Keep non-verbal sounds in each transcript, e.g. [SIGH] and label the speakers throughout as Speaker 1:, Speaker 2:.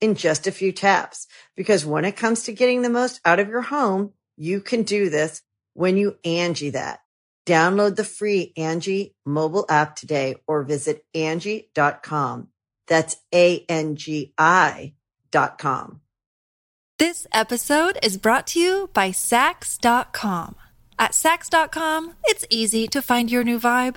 Speaker 1: in just a few taps. Because when it comes to getting the most out of your home, you can do this when you Angie that. Download the free Angie mobile app today or visit Angie.com. That's A-N-G-I dot com.
Speaker 2: This episode is brought to you by Sax.com. At Sax.com, it's easy to find your new vibe.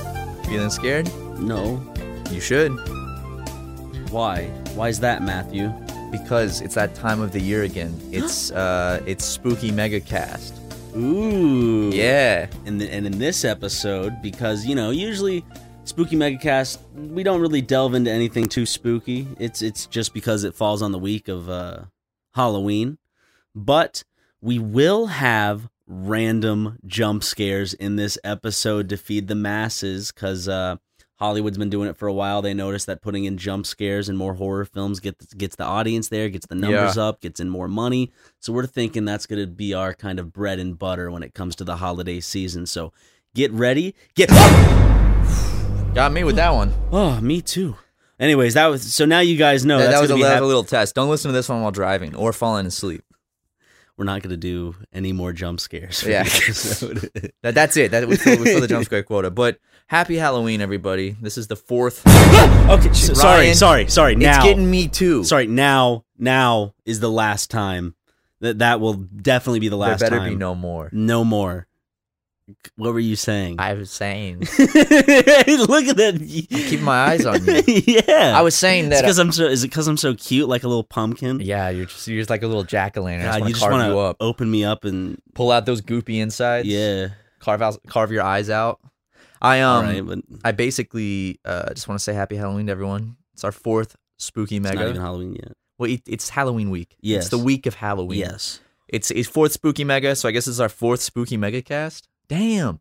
Speaker 3: Feeling scared?
Speaker 4: no.
Speaker 3: You should,
Speaker 4: Why? Why is that, Matthew?
Speaker 3: because it's that time of the year
Speaker 4: [GASPS]
Speaker 3: again. It's uh, it's spooky mega cast.
Speaker 4: Ooh.
Speaker 3: Yeah,
Speaker 4: And, th- and in this episode, because, you know, usually Spooky Megacast, we don't really delve into anything too spooky. It's, it's just because it falls on the week of uh, Halloween. But we will have random jump scares in this episode to feed the masses because uh, Hollywood's been doing it for a while. They noticed that putting in jump scares and more horror films gets gets the audience there, gets the numbers up, gets in more money. So we're thinking that's going to be our kind of bread and butter when it comes to the holiday season. So get ready, get. [GASPS]
Speaker 3: got me with that one.
Speaker 4: Oh, me too. Anyways, that was so now you guys know
Speaker 3: that,
Speaker 4: that's
Speaker 3: that was a,
Speaker 4: gonna
Speaker 3: that
Speaker 4: be
Speaker 3: was a
Speaker 4: hap-
Speaker 3: little test. Don't listen to this one while driving or falling asleep.
Speaker 4: we're not going to do any more jump scares. for
Speaker 3: Yeah.
Speaker 4: the [LAUGHS] episode.
Speaker 3: That, that's it. That we fill, we fill the jump scare quota. But happy Halloween, everybody! This is the fourth.
Speaker 4: [GASPS] Okay, so, sorry,
Speaker 3: Ryan,
Speaker 4: sorry, sorry. Now,
Speaker 3: It's getting me too.
Speaker 4: sorry. Now, now is the last time that that will definitely be the
Speaker 3: there
Speaker 4: last
Speaker 3: better
Speaker 4: time.
Speaker 3: be no more.
Speaker 4: no more. What were you saying? [LAUGHS]
Speaker 3: I was saying.
Speaker 4: Look at that.
Speaker 3: I'm
Speaker 4: [LAUGHS]
Speaker 3: keeping my eyes on you.
Speaker 4: yeah,
Speaker 3: I was saying that. uh,
Speaker 4: because I'm so. Is it because I'm so cute, like a little pumpkin?
Speaker 3: yeah, you're just you're just like a little jack o' lantern. I just want
Speaker 4: God, you
Speaker 3: to
Speaker 4: just
Speaker 3: carve
Speaker 4: want
Speaker 3: you
Speaker 4: to
Speaker 3: up.
Speaker 4: open me up and
Speaker 3: Pull out those goopy insides.
Speaker 4: yeah.
Speaker 3: Carve out. Carve your eyes out. I um.
Speaker 4: All right, but it's
Speaker 3: I basically uh, just want to say happy Halloween to everyone. It's our fourth spooky
Speaker 4: not even
Speaker 3: mega.
Speaker 4: Halloween yet.
Speaker 3: Well, it, it's Halloween week.
Speaker 4: Yes.
Speaker 3: It's the week of Halloween.
Speaker 4: Yes.
Speaker 3: It's it's fourth spooky mega, so I guess it's our fourth spooky mega cast. Damn.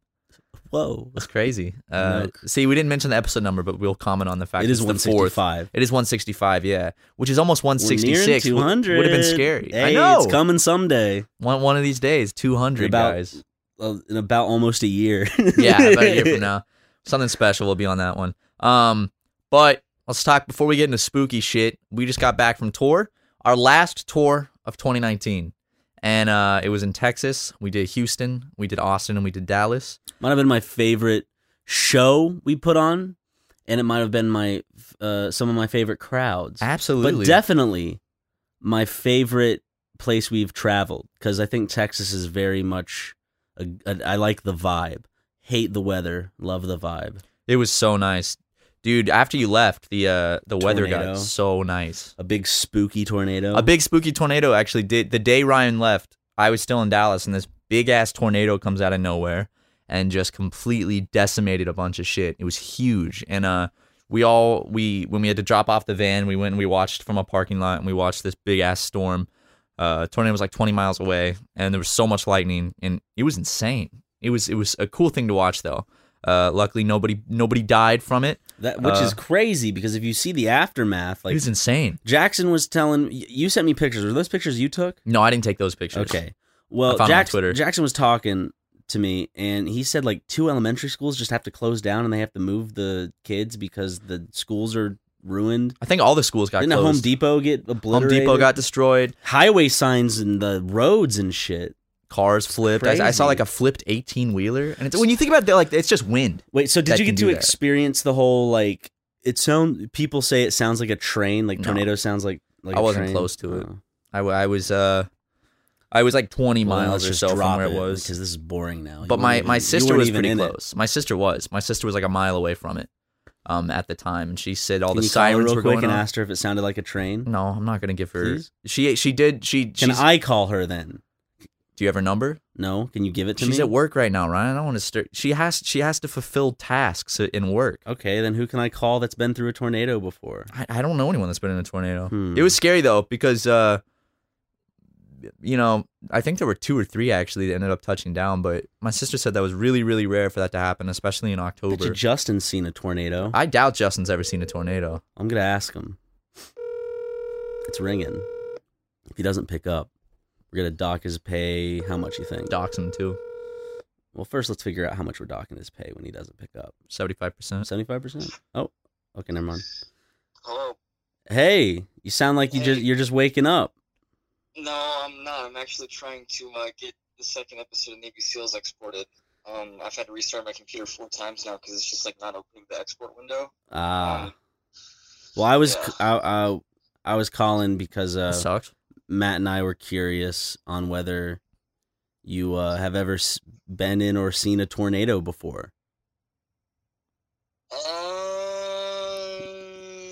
Speaker 4: Whoa.
Speaker 3: That's crazy. Uh,
Speaker 4: Milk.
Speaker 3: see, we didn't mention the episode number, but we'll comment on the fact
Speaker 4: It
Speaker 3: that
Speaker 4: is
Speaker 3: it's the fourth.
Speaker 4: 165.
Speaker 3: It is 165, yeah, which is almost 166.
Speaker 4: Two hundred
Speaker 3: Would have been scary.
Speaker 4: Hey,
Speaker 3: I know.
Speaker 4: it's coming someday.
Speaker 3: One, one of these days, 200
Speaker 4: About-
Speaker 3: guys.
Speaker 4: uh, in about almost a year.
Speaker 3: yeah, about a year
Speaker 4: [LAUGHS]
Speaker 3: from now. Something special will be on that one. Um, but let's talk before we get into spooky shit. We just got back from tour, our last tour of 2019, and uh, it was in Texas. We did Houston, we did Austin, and we did Dallas.
Speaker 4: Might have been my favorite show we put on, and it might have been my uh, some of my favorite crowds.
Speaker 3: Absolutely,
Speaker 4: But definitely my favorite place we've traveled because I think Texas is very much. A, a, I like the vibe. Hate the weather. Love the vibe.
Speaker 3: it was so nice, dude. After you left, the uh, the weather
Speaker 4: Tornado.
Speaker 3: got so nice.
Speaker 4: A big spooky tornado.
Speaker 3: A big spooky tornado actually did. The day Ryan left, I was still in Dallas, and this big ass tornado comes out of nowhere and just completely decimated a bunch of shit. It was huge, and uh, we all we when we had to drop off the van, we went and we watched from a parking lot, and we watched this big ass storm. Uh, tornado was like 20 miles away, and there was so much lightning, and it was insane. It was it was a cool thing to watch though. Uh, luckily nobody nobody died from it.
Speaker 4: that, which is
Speaker 3: uh,
Speaker 4: crazy because if you see the aftermath,
Speaker 3: it
Speaker 4: like
Speaker 3: was insane.
Speaker 4: Jackson was telling y- you sent me pictures. Were those pictures you took?
Speaker 3: No, I didn't take those pictures.
Speaker 4: Okay. Well,
Speaker 3: I found him on
Speaker 4: Jackson,
Speaker 3: Twitter.
Speaker 4: Jackson was talking to me, and he said like two elementary schools just have to close down and they have to move the kids because the schools are ruined.
Speaker 3: I think all the schools got
Speaker 4: Didn't a
Speaker 3: closed.
Speaker 4: Home Depot get
Speaker 3: Home
Speaker 4: obliterated?
Speaker 3: Depot got destroyed.
Speaker 4: highway signs and the roads and shit.
Speaker 3: Cars flipped. I, I saw
Speaker 4: crazy.
Speaker 3: like a flipped eighteen wheeler, and it's when you think about it, they're like it's just wind.
Speaker 4: Wait, so did
Speaker 3: That
Speaker 4: you
Speaker 3: can
Speaker 4: get
Speaker 3: do
Speaker 4: to
Speaker 3: that.
Speaker 4: experience the whole like it sound? People say it sounds like a train. Like
Speaker 3: No.
Speaker 4: tornado sounds like like
Speaker 3: I
Speaker 4: a
Speaker 3: wasn't
Speaker 4: train.
Speaker 3: close to it.
Speaker 4: Oh.
Speaker 3: I, w- I was uh, I was like twenty
Speaker 4: Well, then
Speaker 3: miles
Speaker 4: let's
Speaker 3: or
Speaker 4: just
Speaker 3: so from
Speaker 4: drop
Speaker 3: where it was.
Speaker 4: because this is boring now. You
Speaker 3: But my,
Speaker 4: weren't
Speaker 3: my
Speaker 4: even- you
Speaker 3: sister
Speaker 4: weren't
Speaker 3: was
Speaker 4: even
Speaker 3: pretty
Speaker 4: in it.
Speaker 3: close. My sister was. My sister was like a mile away from it um, at the time, and she said all
Speaker 4: Can
Speaker 3: the
Speaker 4: you call her
Speaker 3: sirens
Speaker 4: real
Speaker 3: were
Speaker 4: quick
Speaker 3: going
Speaker 4: and
Speaker 3: on.
Speaker 4: asked her if it sounded like a train.
Speaker 3: No, I'm not gonna give her.
Speaker 4: Please?
Speaker 3: She she did. She
Speaker 4: Can
Speaker 3: she's-
Speaker 4: I call her then?
Speaker 3: Do you have her number?
Speaker 4: No. Can you give it to
Speaker 3: She's
Speaker 4: me?
Speaker 3: at work right now, Ryan. I don't want to stir. She has she has to fulfill tasks in work.
Speaker 4: Okay, then who can I call that's been through a tornado before?
Speaker 3: I, I don't know anyone that's been in a tornado.
Speaker 4: Hmm.
Speaker 3: It was scary though because uh, you know I think there were two or three actually that ended up touching down. But my sister said that was really really rare for that to happen, especially in
Speaker 4: Bet you
Speaker 3: October.
Speaker 4: Justin's seen a tornado.
Speaker 3: I doubt Justin's ever seen a tornado.
Speaker 4: I'm gonna ask him. It's ringing. If he doesn't pick up, we're gonna dock his pay. How much you think?
Speaker 3: Dox him too,
Speaker 4: Well, first let's figure out how much we're docking his pay when he doesn't pick up.
Speaker 3: seventy five percent.
Speaker 4: Seventy-five percent. Oh, okay, never mind.
Speaker 5: Hello.
Speaker 4: Hey, you sound like you just
Speaker 5: Hey.
Speaker 4: you're just waking up.
Speaker 5: No, I'm not. I'm actually trying to uh, get the second episode of Navy SEALs exported. Um, I've had to restart my computer four times now because it's just like not opening the export window.
Speaker 4: Ah,
Speaker 5: Um,
Speaker 4: well, I was
Speaker 5: yeah.
Speaker 4: I I, I was calling because uh,
Speaker 3: Sucks.
Speaker 4: Matt and I were curious on whether you uh, have ever s- been in or seen a tornado before.
Speaker 5: Um,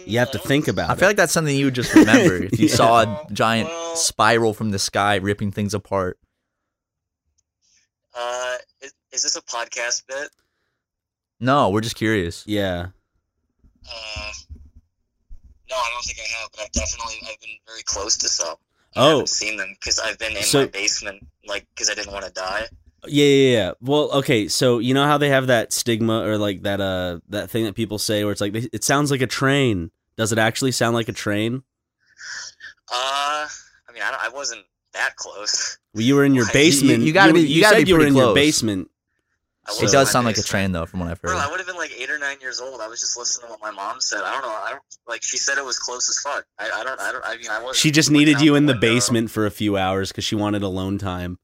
Speaker 4: You have to
Speaker 5: I don't-
Speaker 4: think about
Speaker 3: I
Speaker 4: it.
Speaker 3: feel like that's something you would just remember if you
Speaker 4: [LAUGHS] Yeah.
Speaker 3: saw a giant
Speaker 5: Well-
Speaker 3: spiral from the sky ripping things apart.
Speaker 5: Uh, is, is this a podcast bit?
Speaker 3: No, we're just curious.
Speaker 4: yeah,
Speaker 5: Uh, no, I don't think I have, but I definitely I've been very close to some. I
Speaker 4: Oh.
Speaker 5: haven't seen them because I've been in
Speaker 4: So-
Speaker 5: my basement, like because I didn't want to die.
Speaker 4: yeah, yeah, yeah. Well, okay, so you know how they have that stigma or like that uh that thing that people say where it's like they, it sounds like a train. Does it actually sound like a train?
Speaker 5: Uh, I mean, I, don't, I wasn't that close.
Speaker 4: Well, you were in your
Speaker 5: You- you-
Speaker 4: basement.
Speaker 3: you gotta
Speaker 4: were-
Speaker 3: be- you gotta
Speaker 4: said
Speaker 3: be
Speaker 4: you were
Speaker 3: pretty
Speaker 4: in your
Speaker 3: close.
Speaker 4: basement.
Speaker 5: I
Speaker 4: So-
Speaker 3: It
Speaker 5: was
Speaker 3: does
Speaker 5: in
Speaker 3: sound
Speaker 5: my
Speaker 3: like a
Speaker 5: basement.
Speaker 3: train though, from what I've
Speaker 5: Bro, I
Speaker 3: heard.
Speaker 5: would have been like eight or nine years old. I was just listening to what my mom said. I don't know. I don't like. She said it was close as fuck. I, I don't. I don't. I mean, I was.
Speaker 4: She just needed you in the basement for a few hours because she wanted alone time.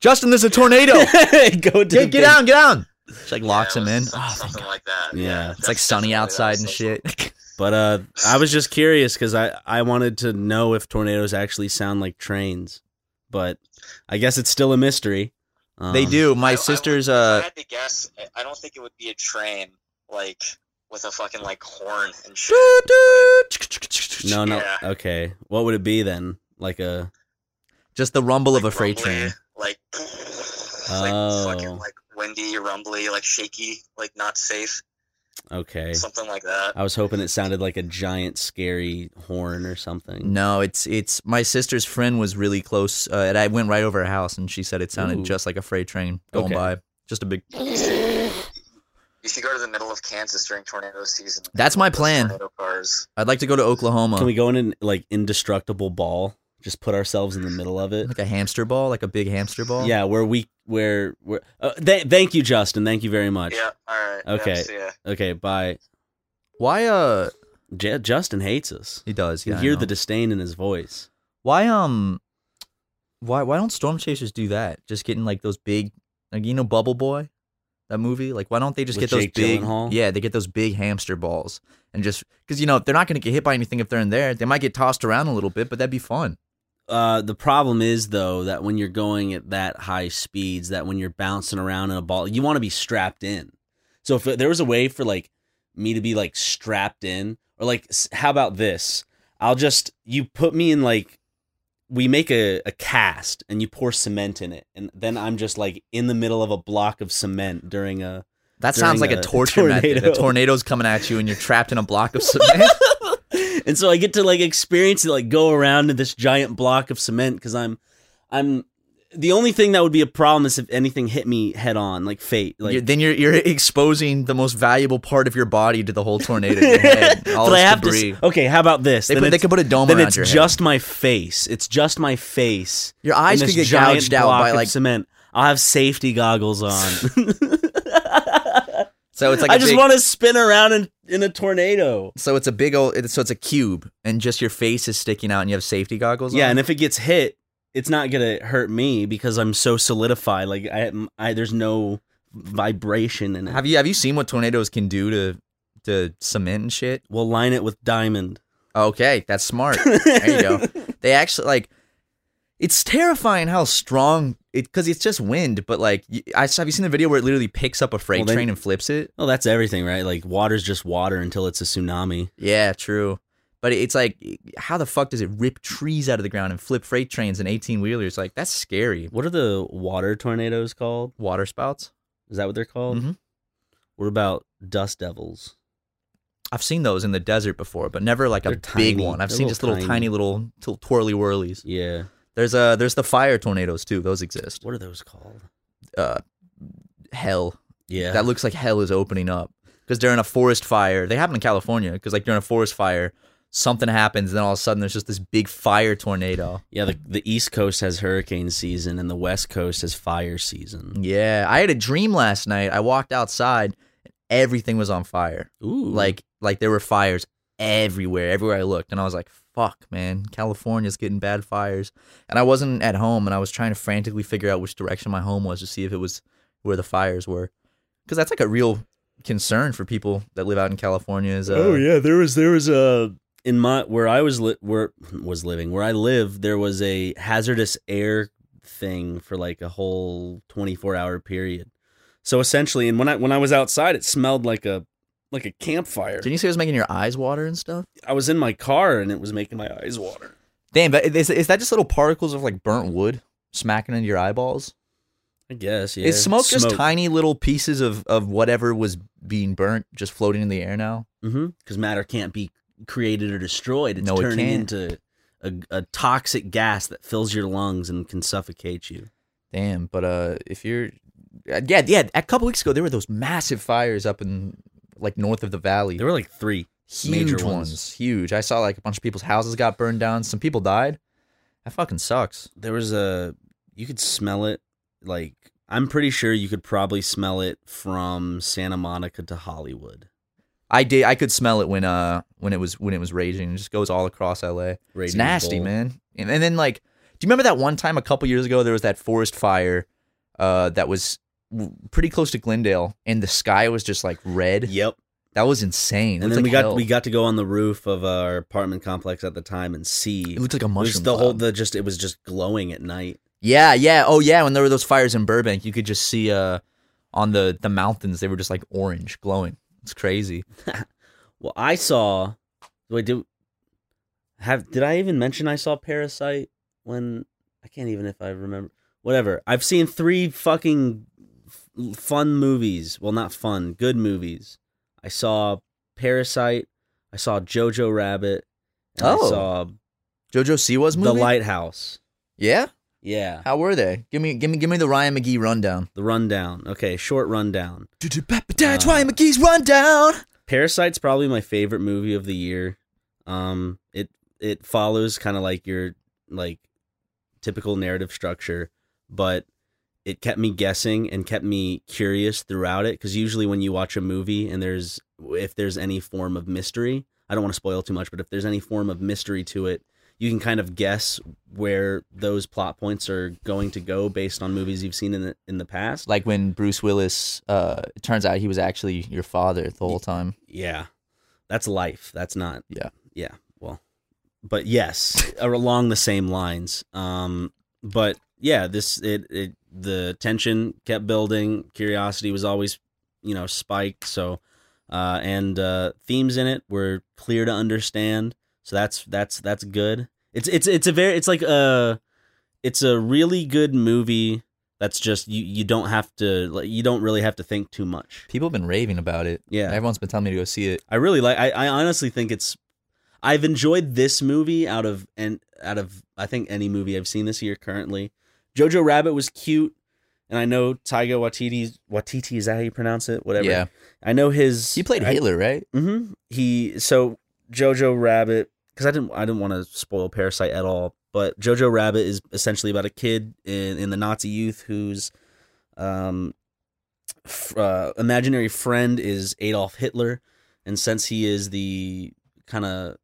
Speaker 3: Justin,
Speaker 4: [LAUGHS]
Speaker 3: there's a [LAUGHS] tornado.
Speaker 4: Go to the
Speaker 3: get, get
Speaker 4: bas-
Speaker 3: down, get down. She like locks him in. Oh, thank
Speaker 5: Something
Speaker 3: God.
Speaker 5: like that.
Speaker 4: Ah, Yeah. It's
Speaker 3: It's like
Speaker 5: that's
Speaker 3: sunny
Speaker 5: definitely
Speaker 3: outside
Speaker 5: that
Speaker 3: and
Speaker 5: was
Speaker 3: shit. [LAUGHS]
Speaker 4: But uh, I was just curious because I I wanted to know if tornadoes actually sound like trains, but I guess it's still a mystery. Um,
Speaker 3: they do.
Speaker 5: I-
Speaker 3: My
Speaker 5: I would-
Speaker 3: sister's
Speaker 5: if I
Speaker 3: uh
Speaker 5: had to guess. I- I don't think it would be a train like with a fucking like horn and shit.
Speaker 3: [LAUGHS]
Speaker 4: No, no.
Speaker 5: Yeah.
Speaker 4: Okay, what would it be then? Like a
Speaker 3: just the rumble of a
Speaker 5: Like
Speaker 3: freight
Speaker 5: rumbly,
Speaker 3: train.
Speaker 5: Like.
Speaker 4: Oh.
Speaker 5: Like fucking like windy, rumbly, like shaky, like not safe,
Speaker 4: okay.
Speaker 5: something like that.
Speaker 4: I was hoping it sounded like a giant scary horn or something.
Speaker 3: No, it's it's my sister's friend was really close, uh, and I went right over her house, and she said it sounded
Speaker 4: Ooh.
Speaker 3: just like a freight train going
Speaker 4: Okay.
Speaker 3: by, just a big.
Speaker 5: You should go to the middle of Kansas during tornado season.
Speaker 3: That's my
Speaker 5: Those
Speaker 3: plan.
Speaker 5: Tornado cars.
Speaker 3: I'd like to go to Oklahoma,
Speaker 4: Can we go in an like indestructible ball? Just put ourselves in the middle of it.
Speaker 3: like a hamster ball, like a big hamster ball.
Speaker 4: Yeah, where we where where. Uh, th- thank you, Justin. Thank you very much.
Speaker 5: Yeah. All right.
Speaker 4: Okay.
Speaker 5: Yeah, see ya.
Speaker 4: Okay. Bye.
Speaker 3: Why? Uh,
Speaker 4: J- Justin hates us.
Speaker 3: he does.
Speaker 4: You
Speaker 3: Yeah,
Speaker 4: can
Speaker 3: I
Speaker 4: hear
Speaker 3: know.
Speaker 4: the disdain in his voice.
Speaker 3: Why um why why don't storm chasers do that? Just getting like those big like you know Bubble Boy? That movie? Like why don't they just
Speaker 4: With
Speaker 3: get those
Speaker 4: Jake
Speaker 3: big
Speaker 4: Gyllenhaal?
Speaker 3: Yeah, they get those big hamster balls and just cuz you know, they're not going to get hit by anything if they're in there. They might get tossed around a little bit, but that'd be fun.
Speaker 4: Uh, the problem is though that when you're going at that high speeds, that when you're bouncing around in a ball, you want to be strapped in. So if there was a way for like me to be like strapped in, or like s- how about this? I'll just you put me in like we make a, a cast and you pour cement in it, and then I'm just like in the middle of a block of cement during a
Speaker 3: That
Speaker 4: During
Speaker 3: sounds like a,
Speaker 4: a
Speaker 3: torture method. The
Speaker 4: tornado.
Speaker 3: tornado's coming at you and you're trapped in a block
Speaker 4: [LAUGHS]
Speaker 3: of cement.
Speaker 4: and so I get to like experience it, like go around to this giant block of cement because I'm, I'm the only thing that would be a problem is if anything hit me head on, like fate. Like,
Speaker 3: You're- then you're you're exposing the most valuable part of your body to the whole tornado.
Speaker 4: [LAUGHS]
Speaker 3: in your head, all
Speaker 4: [LAUGHS] But I
Speaker 3: this
Speaker 4: have
Speaker 3: debris.
Speaker 4: to. s- Okay, how about this?
Speaker 3: They
Speaker 4: Then
Speaker 3: put- they
Speaker 4: it's-
Speaker 3: could put a dome
Speaker 4: Then
Speaker 3: around
Speaker 4: it's
Speaker 3: your head.
Speaker 4: just my face. It's just my face.
Speaker 3: Your eyes
Speaker 4: in
Speaker 3: could
Speaker 4: this
Speaker 3: get
Speaker 4: giant
Speaker 3: gouged out
Speaker 4: block
Speaker 3: by
Speaker 4: of
Speaker 3: like
Speaker 4: cement. I'll have safety goggles on.
Speaker 3: so it's [LAUGHS] like
Speaker 4: [LAUGHS] I
Speaker 3: a
Speaker 4: just
Speaker 3: big,
Speaker 4: want to spin around in, in a tornado.
Speaker 3: so it's a big old it's- so it's a cube and just your face is sticking out and you have safety goggles.
Speaker 4: Yeah,
Speaker 3: on.
Speaker 4: and if it gets hit, it's not gonna hurt me because I'm so solidified. Like I, I there's no vibration in it.
Speaker 3: have you have you seen what tornadoes can do to to cement and shit?
Speaker 4: we'll line it with diamond.
Speaker 3: Okay, that's smart. there you
Speaker 4: [LAUGHS]
Speaker 3: go. They actually like it's terrifying how strong it because it's just wind. But like, y- I have you seen the video where it literally picks up a freight
Speaker 4: Well, they-
Speaker 3: train and flips it?
Speaker 4: Well, that's everything, right? Like water's just water until it's a tsunami.
Speaker 3: Yeah, true. But it's like, how the fuck does it rip trees out of the ground and flip freight trains and eighteen wheelers? Like that's scary.
Speaker 4: What are the water tornadoes called?
Speaker 3: Water spouts.
Speaker 4: Is that what they're called?
Speaker 3: Mhm.
Speaker 4: What about dust devils?
Speaker 3: I've seen those in the desert before, but never like a
Speaker 4: They're
Speaker 3: big
Speaker 4: tiny.
Speaker 3: one. I've
Speaker 4: They're
Speaker 3: seen
Speaker 4: little
Speaker 3: just little
Speaker 4: tiny.
Speaker 3: tiny, little little twirly whirlies.
Speaker 4: Yeah.
Speaker 3: There's uh there's the fire tornadoes too. Those exist.
Speaker 4: What are those called?
Speaker 3: Uh, hell.
Speaker 4: Yeah.
Speaker 3: that looks like hell is opening up because during a forest fire they happen in california because like during a forest fire something happens and then all of a sudden there's just this big fire tornado
Speaker 4: yeah, the, the East Coast has hurricane season and the West Coast has fire season.
Speaker 3: yeah i had a dream last night i walked outside and everything was on fire
Speaker 4: Ooh.
Speaker 3: like like there were fires everywhere everywhere i looked and i was like fuck man california's getting bad fires and i wasn't at home and i was trying to frantically figure out which direction my home was to see if it was where the fires were because that's like a real concern for people that live out in california is uh,
Speaker 4: Oh, yeah, there was there was a in my where I was li- where was living where I live there was a hazardous air thing for like a whole 24 hour period. So essentially and when I when I was outside it smelled like a like a campfire.
Speaker 3: Didn't you say it was making your eyes water and stuff?
Speaker 4: I was in my car and it was making my eyes water.
Speaker 3: Damn, but is, is that just little particles of like burnt wood smacking into your eyeballs?
Speaker 4: I guess, yeah.
Speaker 3: Is smoke, just tiny little pieces of, of whatever was being burnt just floating in the air now?
Speaker 4: Mm-hmm. Because matter can't be created or destroyed. It's
Speaker 3: No, it
Speaker 4: turning
Speaker 3: can't.
Speaker 4: into a, a toxic gas that fills your lungs and can suffocate you.
Speaker 3: Damn, but uh, if you're, uh, yeah, yeah, a couple weeks ago there were those massive fires up in like north of the valley.
Speaker 4: There were like three.
Speaker 3: huge
Speaker 4: major ones.
Speaker 3: huge. I saw like a bunch of people's houses got burned down. Some people died. That fucking sucks.
Speaker 4: There was a. You could smell it. Like I'm pretty sure you could probably smell it from Santa Monica
Speaker 3: [LAUGHS]
Speaker 4: to Hollywood.
Speaker 3: I did. I could smell it when uh when it was when it was raging. It just goes all across LA. It's
Speaker 4: Raging
Speaker 3: nasty,
Speaker 4: Bull.
Speaker 3: man. And, and then like, do you remember that one time a couple years ago there was that forest fire, uh, that was w- pretty close to Glendale, and the sky was just like red.
Speaker 4: Yep.
Speaker 3: That was insane. It
Speaker 4: and
Speaker 3: looked
Speaker 4: then we
Speaker 3: like
Speaker 4: got
Speaker 3: hell.
Speaker 4: we got to go on the roof of our apartment complex at the time and see.
Speaker 3: It looked like a
Speaker 4: It was
Speaker 3: mushroom.
Speaker 4: the whole
Speaker 3: cloud.
Speaker 4: the just it was just glowing at night.
Speaker 3: yeah, yeah, oh yeah. When there were those fires in Burbank, you could just see uh on the the mountains they were just like orange glowing. It's crazy.
Speaker 4: Well, I saw. Wait, did have did I even mention I saw Parasite when I can't even if I remember. Whatever. I've seen three fucking f- fun movies. Well, not fun, good movies. I saw Parasite. I saw Jojo Rabbit. And I
Speaker 3: Oh.
Speaker 4: saw
Speaker 3: Jojo Siwa's movie.
Speaker 4: The Lighthouse.
Speaker 3: Yeah.
Speaker 4: Yeah.
Speaker 3: How were they? Give me, give me, give me the Ryan McGee rundown.
Speaker 4: The rundown. Okay, short rundown.
Speaker 3: That's
Speaker 4: Uh,
Speaker 3: Ryan McGee's rundown.
Speaker 4: Parasite's probably my favorite movie of the year. Um, it it follows kind of like your like typical narrative structure, but it kept me guessing and kept me curious throughout it. Because usually when you watch a movie and there's if there's any form of mystery, I don't want to spoil too much, but if there's any form of mystery to it, you can kind of guess where those plot points are going to go based on movies you've seen in the in the past.
Speaker 3: like when Bruce Willis uh it turns out he was actually your father the whole time.
Speaker 4: Yeah. That's life. That's not.
Speaker 3: Yeah.
Speaker 4: Yeah. Well, but yes, [LAUGHS] are along the same lines. Um, but yeah, this, it, it, the tension kept building. Curiosity was always, you know, spiked. So, uh, and, uh, themes in it were clear to understand. So that's, that's, that's good. It's, it's, it's a very, it's like a, it's a really good movie. That's just, you, you don't have to, like, you don't really have to think too much.
Speaker 3: People have been raving about it.
Speaker 4: Yeah.
Speaker 3: Everyone's been telling me to go see it.
Speaker 4: I really like. I, I honestly think it's. I've enjoyed this movie out of and out of I think any movie I've seen this year currently, Jojo Rabbit was cute, and I know Taiga Watiti Watiti is that how you pronounce it? Whatever.
Speaker 3: Yeah.
Speaker 4: I know his.
Speaker 6: He played
Speaker 4: I-
Speaker 6: Hitler, right?
Speaker 4: Mm-hmm. He so Jojo Rabbit because I didn't I didn't want to spoil Parasite at all, but Jojo Rabbit is essentially about a kid in, in the Nazi youth whose um f- uh, imaginary friend is Adolf Hitler, and since he is the kind of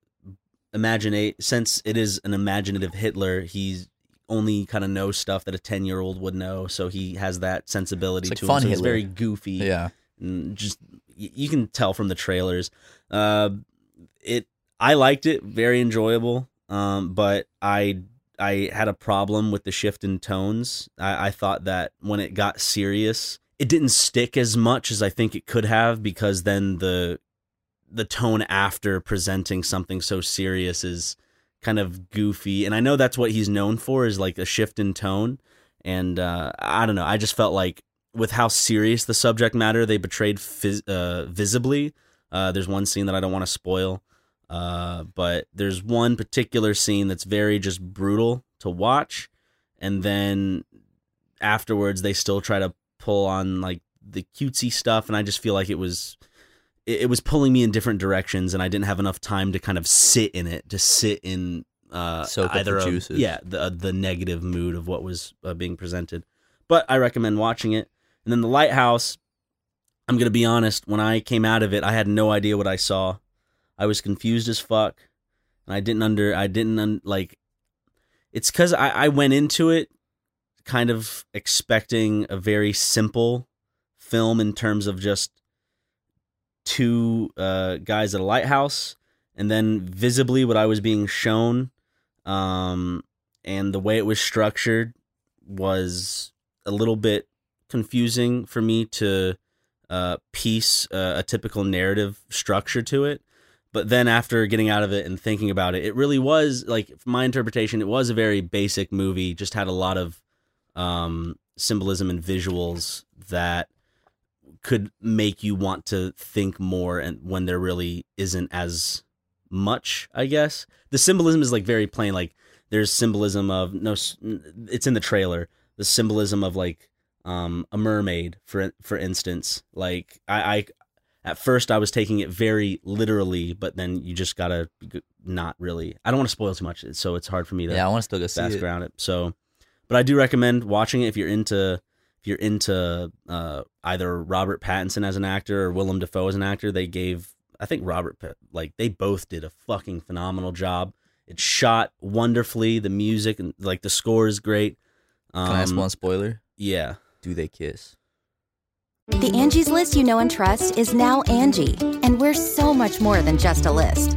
Speaker 4: imaginate since it is an imaginative Hitler, he's only kind of knows stuff that a ten year old would know, so he has that sensibility
Speaker 6: It's like
Speaker 4: to
Speaker 6: fun
Speaker 4: him. So he's
Speaker 6: Hitler.
Speaker 4: very goofy
Speaker 6: Yeah.
Speaker 4: and just y- you can tell from the trailers. Uh, it I liked it, very enjoyable. Um, but I I had a problem with the shift in tones. I, I thought that when it got serious, it didn't stick as much as I think it could have because then the the tone after presenting something so serious is kind of goofy and i know that's what he's known for is like a shift in tone and uh, i don't know i just felt like with how serious the subject matter they betrayed phys- uh, visibly uh, there's one scene that i don't want to spoil uh, but there's one particular scene that's very just brutal to watch and then afterwards they still try to pull on like the cutesy stuff and i just feel like it was it, it was pulling me in different directions and i didn't have enough time to kind of sit in it to sit in uh
Speaker 6: Soak up the
Speaker 4: either of-
Speaker 6: juices.
Speaker 4: yeah the uh, the negative mood of what was uh, being presented but i recommend watching it and then the lighthouse i'm gonna be honest when i came out of it i had no idea what i saw i was confused as fuck and i didn't under i didn't un, like it's because I, I went into it kind of expecting a very simple film in terms of just two uh, guys at a lighthouse and then visibly what i was being shown um, and the way it was structured was a little bit confusing for me to uh, piece uh, a typical narrative structure to it but then after getting out of it and thinking about it it really was like from my interpretation it was a very basic movie just had a lot of um, symbolism and visuals that could make you want to think more and when there really isn't as much i guess the symbolism is like very plain like there's symbolism of no s- n- it's in the trailer the symbolism of like um a mermaid for for instance like i i at first i was taking it very literally but then you just gotta g- not really i don't want to spoil too much so it's hard for me to
Speaker 6: Yeah, I want to still go see
Speaker 4: fast
Speaker 6: it.
Speaker 4: ground it. So, but I do recommend watching it if you're into if you're into uh, either Robert Pattinson as an actor or Willem Dafoe as an actor. They gave I think Robert Pa- like they both did a fucking phenomenal job. It's shot wonderfully. The music and like the score is great. Um,
Speaker 6: Can I ask one spoiler?
Speaker 4: Yeah.
Speaker 6: Do they kiss?
Speaker 7: The Angie's list you know and trust is now Angie, and we're so much more than just a list.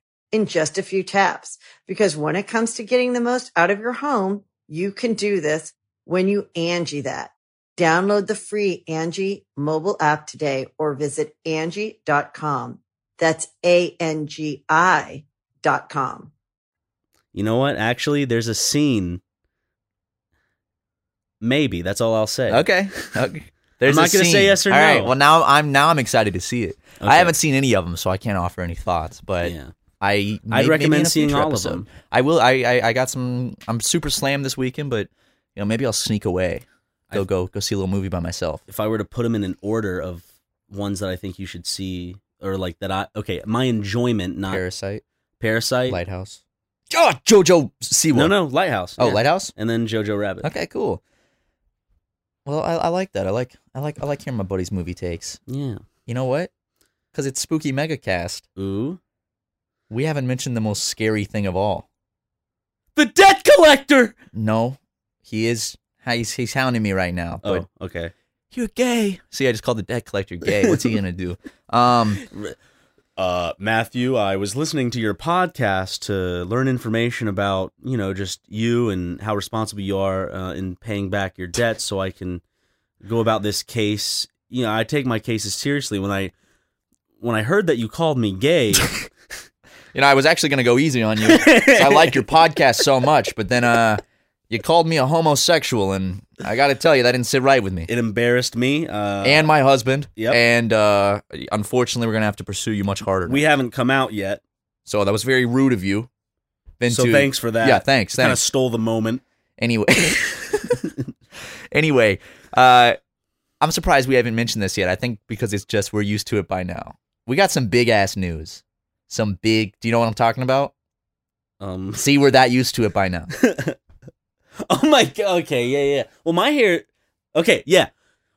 Speaker 1: in just a few taps. Because when it comes to getting the most out of your home, you can do this when you Angie that. Download the free Angie mobile app today or visit Angie.com. That's A-N-G-I dot com.
Speaker 4: You know what? Actually, there's a scene. Maybe that's all I'll say.
Speaker 3: Okay. okay. There's
Speaker 4: I'm
Speaker 3: a
Speaker 4: not gonna say
Speaker 3: scene.
Speaker 4: yes or
Speaker 3: All right.
Speaker 4: no.
Speaker 3: Well, now I'm now I'm excited to see it.
Speaker 4: Okay.
Speaker 3: I haven't seen any of them, so I can't offer any thoughts. But
Speaker 4: Yeah.
Speaker 3: I may-
Speaker 4: I'd
Speaker 3: maybe in
Speaker 4: recommend
Speaker 3: a
Speaker 4: seeing
Speaker 3: future
Speaker 4: all
Speaker 3: episode.
Speaker 4: of them.
Speaker 3: I will. I, I I got some. I'm super slammed this weekend, but you know maybe I'll sneak away. Go go go see a little movie by myself.
Speaker 4: If I were to put them in an order of ones that I think you should see, or like that I okay, my enjoyment, not
Speaker 3: Parasite,
Speaker 4: Parasite.
Speaker 3: Lighthouse. Oh, Jojo Siwa.
Speaker 4: No, no, Lighthouse.
Speaker 3: Oh,
Speaker 4: yeah.
Speaker 3: Lighthouse.
Speaker 4: And then Jojo Rabbit.
Speaker 3: Okay, cool. Well, I, I like that. I like I like I like hearing my buddy's movie takes.
Speaker 4: Yeah.
Speaker 3: You know what? Because it's spooky megacast.
Speaker 4: Ooh.
Speaker 3: We haven't mentioned the most scary thing of all.
Speaker 4: The Debt Collector.
Speaker 3: No, he is. He's he's hounding me right now. But
Speaker 4: Oh, okay.
Speaker 3: you're gay. See, I just called the debt collector gay. What's he gonna
Speaker 4: [LAUGHS]
Speaker 3: do? Um,
Speaker 4: Uh, Matthew, I was listening to your podcast to learn information about you know just you and how responsible you are uh, in paying back your debt, so I can go about this case. You know, I take my cases seriously. When I when I heard that you called
Speaker 3: [LAUGHS]
Speaker 4: me gay,
Speaker 3: you know, I was actually gonna go easy on you. 'cause I like your podcast so much, but then uh, you called me a homosexual, and I gotta tell you that didn't sit right with me.
Speaker 4: it embarrassed me. Uh,
Speaker 3: and my husband.
Speaker 4: Yep.
Speaker 3: And uh, unfortunately, we're gonna have to pursue you much harder. now.
Speaker 4: we haven't come out yet,
Speaker 3: so that was very rude of you. Then
Speaker 4: so
Speaker 3: to-
Speaker 4: thanks for that.
Speaker 3: Yeah, thanks.
Speaker 4: Kind of
Speaker 3: Thanks.
Speaker 4: stole the moment.
Speaker 3: Anyway, [LAUGHS] anyway, uh, I'm surprised we haven't mentioned this yet. I think because it's just we're used to it by now. We got some big ass news. Some big. Do you know what I'm talking about?
Speaker 4: Um, [LAUGHS]
Speaker 3: See, we're that used to it by now.
Speaker 4: oh my god. Okay. Yeah. Yeah. Well, my hair. Okay. Yeah.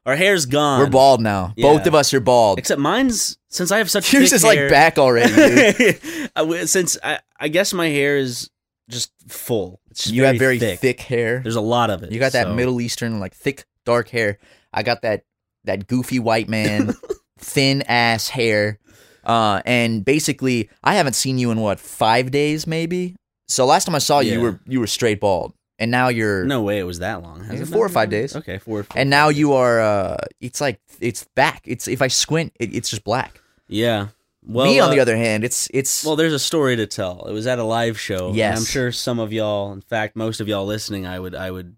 Speaker 4: Our hair's gone.
Speaker 3: We're bald now. Both
Speaker 4: Yeah.
Speaker 3: of us are bald.
Speaker 4: Except mine's since I have such
Speaker 3: Yours
Speaker 4: thick
Speaker 3: is like
Speaker 4: hair-
Speaker 3: back already. Dude.
Speaker 4: I w- since I, I guess my hair is just full. [LAUGHS] It's just
Speaker 3: you have very thick, hair.
Speaker 4: There's a lot of it.
Speaker 3: You got that
Speaker 4: so-
Speaker 3: Middle Eastern, like thick, dark hair. I got that that goofy white
Speaker 4: [LAUGHS]
Speaker 3: man, thin ass hair. Uh, and basically, I haven't seen you in what five days, maybe. So last time I saw you,
Speaker 4: Yeah.
Speaker 3: you were you were straight bald, and now you're
Speaker 4: No way, it was that long. Has
Speaker 3: Yeah,
Speaker 4: it
Speaker 3: four or
Speaker 4: been that
Speaker 3: five
Speaker 4: long?
Speaker 3: days.
Speaker 4: Okay, four. Or five
Speaker 3: and now
Speaker 4: days.
Speaker 3: you are. Uh, it's like it's back. It's if I squint, it, it's just black.
Speaker 4: Yeah. Well,
Speaker 3: Me on the
Speaker 4: uh,
Speaker 3: other hand, it's it's
Speaker 4: Well, there's a story to tell. It was at a live show. and
Speaker 3: Yes.
Speaker 4: I'm sure some of y'all, in fact, most of y'all listening, I would, I would,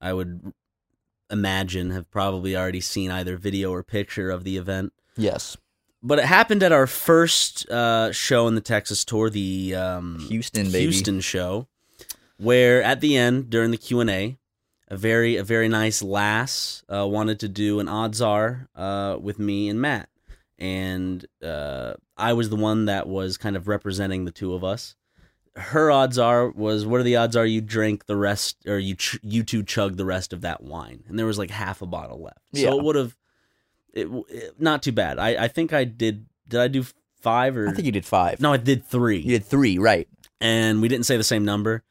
Speaker 4: I would imagine have probably already seen either video or picture of the event.
Speaker 3: yes,
Speaker 4: But it happened at our first uh, show in the Texas tour, the um,
Speaker 3: Houston baby.
Speaker 4: Houston show, where at the end during the Q and A, a very a very nice lass uh, wanted to do an odds are uh, with me and Matt, and uh, I was the one that was kind of representing the two of us. Her odds are was what are the odds are you drink the rest or you ch- you two chug the rest of that wine, and there was like half a bottle left,
Speaker 3: Yeah.
Speaker 4: so it would have. It, w- it, not too bad. I, I think I did. Did I do five or?
Speaker 3: I think you did five.
Speaker 4: no, I did three
Speaker 3: you did three, right?
Speaker 4: and we didn't say the same number.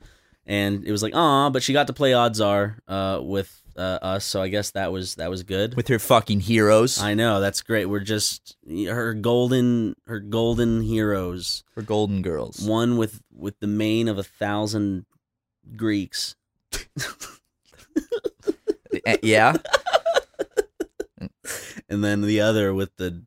Speaker 4: And it was like, ah, but she got to play odds are uh, with uh, us, so I guess that was that was good.
Speaker 3: With your fucking heroes,
Speaker 4: I know that's great. We're just her golden her golden heroes.
Speaker 3: for Golden Girls.
Speaker 4: One with with the mane of a thousand Greeks.
Speaker 3: Eh, yeah.
Speaker 4: And then the other with the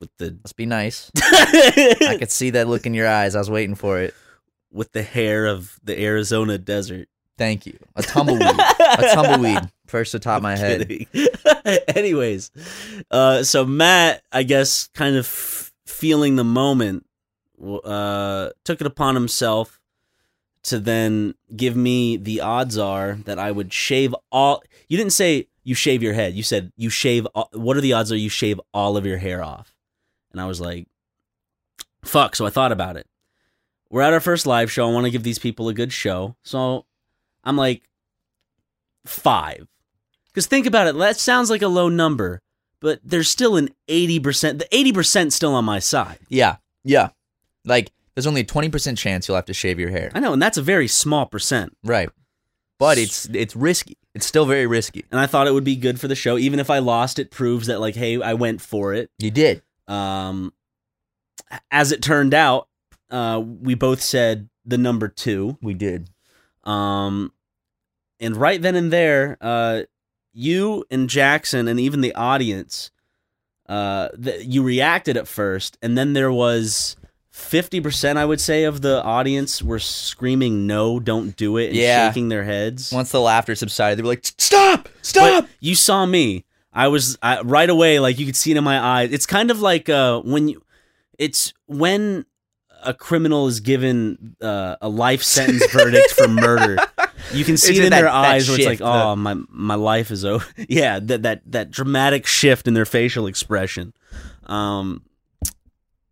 Speaker 4: with the
Speaker 3: Let's be nice. [LAUGHS] I could see that look in your eyes. I was waiting for it.
Speaker 4: [LAUGHS] with the hair of the Arizona desert.
Speaker 3: Thank you. A tumbleweed. a
Speaker 4: [LAUGHS]
Speaker 3: tumbleweed. First to top of my head.
Speaker 4: kidding. [LAUGHS] Anyways, uh, so Matt, I guess, kind of f- feeling the moment, w- uh, took it upon himself to then give me the odds are that I would shave all. You didn't say you shave your head. You said you shave. All, what are the odds are you shave all of your hair off? And I was like, fuck. So I thought about it. We're at our first live show. I want to give these people a good show. So I'm like, five. Because think about it, that sounds like a low number, but there's still an 80%, the 80% still on my side.
Speaker 3: Yeah. Yeah. Like there's only a 20% chance you'll have to shave your hair.
Speaker 4: I know, and that's a very small percent.
Speaker 3: Right. But it's it's risky. It's still very risky.
Speaker 4: And I thought it would be good for the show. Even if I lost, it proves that, like, hey, I went for it.
Speaker 3: You did.
Speaker 4: Um, as it turned out, uh, we both said the number two.
Speaker 6: We did.
Speaker 4: Um, and right then and there, uh, you and Jackson and even the audience, uh, th- you reacted at first, and then there was fifty percent, I would say, of the audience were screaming "No, don't do it!" and
Speaker 6: Yeah.
Speaker 4: shaking their heads.
Speaker 6: Once the laughter subsided, they were like, "Stop! Stop!"
Speaker 4: But you saw me. I was I, right away. Like you could see it in my eyes. It's kind of like uh, when you, it's when a criminal is given uh, a life sentence
Speaker 3: [LAUGHS]
Speaker 4: verdict for murder. You can see
Speaker 6: It's
Speaker 4: it in
Speaker 6: that-
Speaker 4: their
Speaker 6: that
Speaker 4: eyes where it's like,
Speaker 6: shift,
Speaker 4: oh, my my life is over. [LAUGHS] yeah, that that that dramatic shift in their facial expression. Um,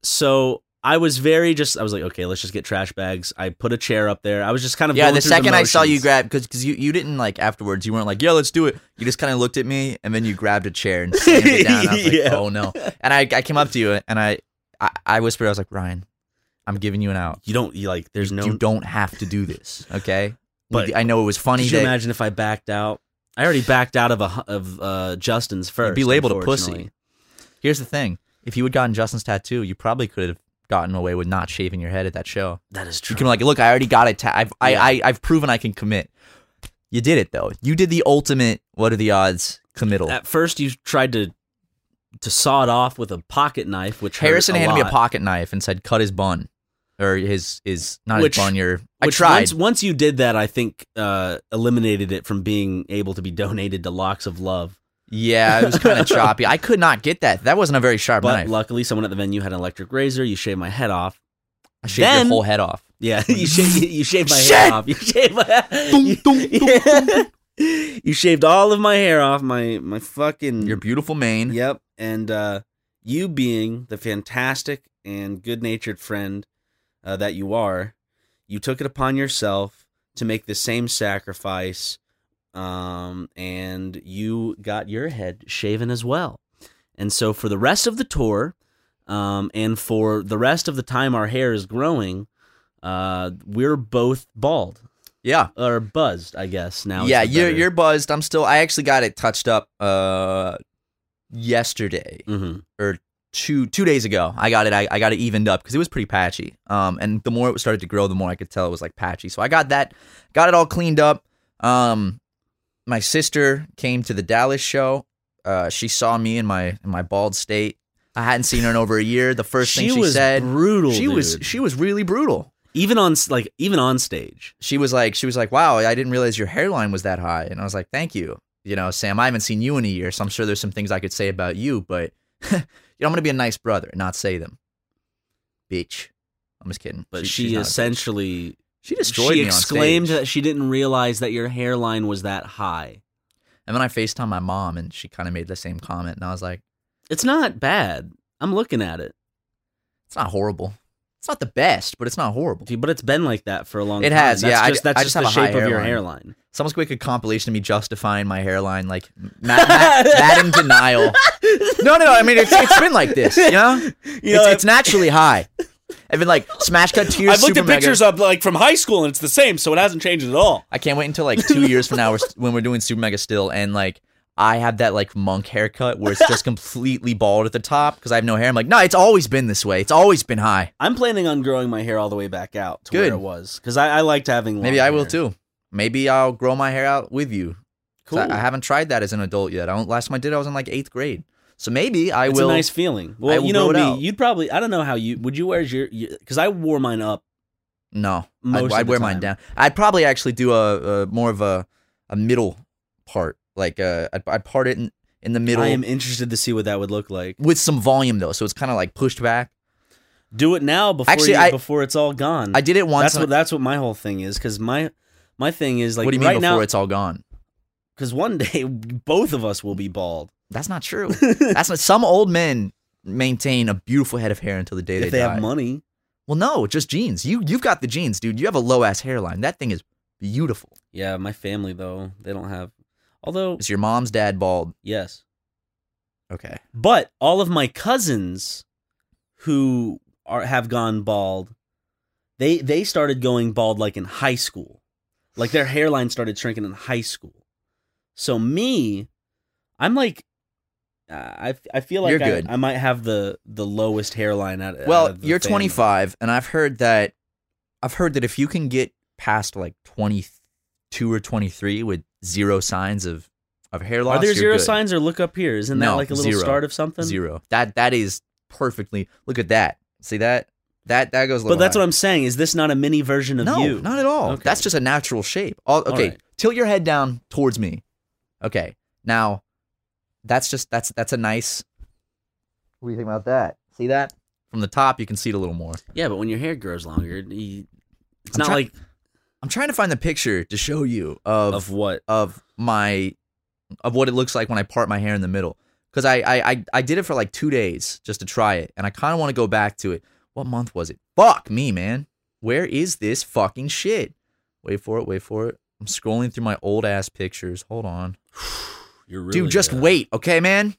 Speaker 4: so I was very just. I was like, okay, let's just get trash bags. I put a chair up there. I was just kind of
Speaker 3: yeah,
Speaker 4: going
Speaker 3: the
Speaker 4: through
Speaker 3: second I saw you
Speaker 4: motions.
Speaker 3: grab, because you, you didn't like afterwards, you weren't like, yeah, let's do it. You just kind of looked at me and then you grabbed a chair and slammed it down. I was like,
Speaker 4: [LAUGHS] Yeah.
Speaker 3: oh no. And I, I came up to you and I, I, I whispered, I was like, Ryan, I'm giving you an out.
Speaker 4: You don't you like. There's no
Speaker 3: you don't have to do this, okay?
Speaker 4: But-
Speaker 3: But I know it was funny
Speaker 4: Could you
Speaker 3: that
Speaker 4: imagine if I backed out? I already backed out of a hu- of uh, Justin's 1st
Speaker 3: you'd be labeled a pussy.
Speaker 4: unfortunately.
Speaker 3: Here's the thing: if you had gotten Justin's tattoo, you probably could have gotten away with not shaving your head at that show.
Speaker 4: That is true.
Speaker 3: You can be like, look, I already got it. Ta- I've I,
Speaker 4: Yeah.
Speaker 3: I I've proven I can commit. You did it though. You did the ultimate. What are the odds? Committal.
Speaker 4: At first, you tried to to saw it off with a pocket knife, which hurt
Speaker 3: Harrison
Speaker 4: a
Speaker 3: handed me a
Speaker 4: lot.
Speaker 3: pocket knife and said, "Cut his bun," or his his not
Speaker 4: Which-
Speaker 3: his bun. Your I
Speaker 4: Which
Speaker 3: tried.
Speaker 4: Once, once you did that, I think uh, eliminated it from being able to be donated to Locks of Love.
Speaker 3: yeah, it was kind
Speaker 4: [LAUGHS]
Speaker 3: of choppy. I could not get that. That wasn't a very sharp
Speaker 4: But
Speaker 3: knife.
Speaker 4: luckily, someone at the venue had an electric razor. You shaved my head off.
Speaker 3: I shaved
Speaker 4: then-
Speaker 3: your whole head off.
Speaker 4: Yeah, [LAUGHS] you
Speaker 3: [LAUGHS]
Speaker 4: shaved you shaved my
Speaker 3: Shit!
Speaker 4: hair off. You shaved my you, [LAUGHS] you shaved all of my hair off. My my fucking
Speaker 3: Your beautiful [LAUGHS] mane.
Speaker 4: Yep. And uh, you being the fantastic and good natured friend uh, that you are, you took it upon yourself to make the same sacrifice. Um, and you got your head shaven as well. And so for the rest of the tour, um, and for the rest of the time our hair is growing, uh, we're both bald
Speaker 3: Yeah.
Speaker 4: or buzzed, I guess. Now, is
Speaker 3: yeah
Speaker 4: the
Speaker 3: you're
Speaker 4: better-
Speaker 3: you're buzzed i'm still i actually got it touched up uh yesterday
Speaker 4: Mhm.
Speaker 3: two two days ago i got it i, I got it evened up because it was pretty patchy um and the more it started to grow the more i could tell it was like patchy so i got that got it all cleaned up um my sister came to the dallas show uh she saw me in my in my bald state i hadn't seen her in over a year the first
Speaker 4: she
Speaker 3: thing she
Speaker 4: was
Speaker 3: said
Speaker 4: brutal.
Speaker 3: she was
Speaker 4: dude.
Speaker 3: she was really brutal
Speaker 4: even on s- like even on stage.
Speaker 3: she was like she was like wow i didn't realize your hairline was that high and i was like thank you you know sam i haven't seen you in a year so i'm sure there's some things i could say about you but [LAUGHS] you know i'm gonna be a nice brother and not say them bitch i'm just kidding
Speaker 4: But
Speaker 3: she's
Speaker 4: she,
Speaker 3: not a bitch.
Speaker 4: essentially
Speaker 3: she destroyed
Speaker 4: she
Speaker 3: me
Speaker 4: exclaimed
Speaker 3: on stage.
Speaker 4: that she didn't realize that your hairline was that high.
Speaker 3: and then i facetime my mom and she kind of made the same comment and i was like
Speaker 4: It's not bad. I'm looking at it,
Speaker 3: it's not horrible it's not the best but it's not horrible
Speaker 4: Dude, but it's been like that for a long
Speaker 3: It
Speaker 4: time.
Speaker 3: has,
Speaker 4: That's
Speaker 3: yeah, I
Speaker 4: Just,
Speaker 3: d-
Speaker 4: that's
Speaker 3: I
Speaker 4: just,
Speaker 3: just have
Speaker 4: the
Speaker 3: a high
Speaker 4: shape of your
Speaker 3: hairline.
Speaker 4: hairline.
Speaker 3: someone's quick a compilation of me justifying my hairline like mad, mad, mad in denial no no no i mean it's, it's been like this you know
Speaker 4: [LAUGHS] You
Speaker 3: it's, it's naturally high. I've been like smash cut to your super mega-
Speaker 4: up like from high school, and it's the same, so it hasn't changed at all.
Speaker 3: I can't wait until like two years from now we're st- when we're doing super mega still and like I have that like monk haircut where it's
Speaker 4: [LAUGHS]
Speaker 3: just completely bald at the top because I have no hair. I'm like, no, it's always been this way. It's always been high.
Speaker 4: I'm planning on growing my hair all the way back out to
Speaker 3: Good.
Speaker 4: where it was because I, I liked having. Long
Speaker 3: Maybe I will
Speaker 4: hair.
Speaker 3: too. Maybe I'll grow my hair out with you. 'Cause I-
Speaker 4: Cool.
Speaker 3: I, haven't tried that as an adult yet. I don't, last time I did, I was in like eighth grade. So maybe I
Speaker 4: it's
Speaker 3: will.
Speaker 4: a nice feeling. Well,
Speaker 3: will
Speaker 4: you
Speaker 3: grow
Speaker 4: know
Speaker 3: it
Speaker 4: me.
Speaker 3: out.
Speaker 4: You'd probably. I don't know how you would. You wear your because I wore mine up.
Speaker 3: No,
Speaker 4: Most
Speaker 3: I'd,
Speaker 4: of
Speaker 3: I'd
Speaker 4: the
Speaker 3: wear mine
Speaker 4: time.
Speaker 3: down. I'd probably actually do a, a more of a a middle part, like uh, I'd, I'd part it in, in the middle
Speaker 4: I am interested to see what that would look like.
Speaker 3: with some volume though, so it's kind of like pushed back.
Speaker 4: Do it now before
Speaker 3: Actually,
Speaker 4: you-
Speaker 3: I-
Speaker 4: before it's all gone.
Speaker 3: I did it once.
Speaker 4: that's
Speaker 3: and
Speaker 4: what that's what my whole thing is because my my thing is like
Speaker 3: what do you mean
Speaker 4: right
Speaker 3: before
Speaker 4: now
Speaker 3: it's all gone?
Speaker 4: because one [LAUGHS] day both of us will be bald
Speaker 3: That's not
Speaker 4: [LAUGHS]
Speaker 3: true. That's not. Some old men maintain a beautiful head of hair until the day
Speaker 4: if
Speaker 3: they
Speaker 4: they
Speaker 3: die.
Speaker 4: have money.
Speaker 3: Well, no, just jeans. You you've got the jeans, dude. You have a low ass hairline. That thing is beautiful.
Speaker 4: Yeah, my family though they don't have. Although
Speaker 3: Is your mom's dad bald?
Speaker 4: yes,
Speaker 3: Okay.
Speaker 4: but all of my cousins who are have gone bald, they they started going bald like in high school, like their hairline started shrinking in high school. So me, I'm like, uh, I I feel like
Speaker 3: You're
Speaker 4: I,
Speaker 3: good.
Speaker 4: I might have the the lowest hairline out. out
Speaker 3: Well,
Speaker 4: of Uh, the
Speaker 3: you're
Speaker 4: family.
Speaker 3: 25, and I've heard that I've heard that if you can get past like 22 or 23 with zero signs of of hair loss,
Speaker 4: Are there
Speaker 3: you're
Speaker 4: zero
Speaker 3: good.
Speaker 4: signs or look up here? Isn't that
Speaker 3: No,
Speaker 4: like a little
Speaker 3: zero.
Speaker 4: start of something?
Speaker 3: Zero. That that is perfectly. Look at that. See that that that goes. a
Speaker 4: But
Speaker 3: little
Speaker 4: that's what
Speaker 3: high.
Speaker 4: I'm saying. Is this not a mini version of
Speaker 3: no,
Speaker 4: you?
Speaker 3: not at all.
Speaker 4: Okay.
Speaker 3: That's just a natural shape. All, okay,
Speaker 4: All right.
Speaker 3: tilt your head down towards me. Okay, now that's just that's that's a nice. What do you think about that? See that from the top, you can see it a little more.
Speaker 4: Yeah, but when your hair grows longer, you, it's
Speaker 3: I'm
Speaker 4: not
Speaker 3: try-
Speaker 4: like
Speaker 3: I'm trying to find the picture to show you of
Speaker 4: of what.
Speaker 3: of my of what it looks like when I part my hair in the middle. Because I, I I I did it for like two days just to try it, and I kind of want to go back to it. What month was it? Fuck me, man. Where is this fucking shit? Wait for it. Wait for it. I'm scrolling through my old ass pictures. Hold on,
Speaker 4: You're really,
Speaker 3: dude. Just
Speaker 4: uh,
Speaker 3: wait, okay, man.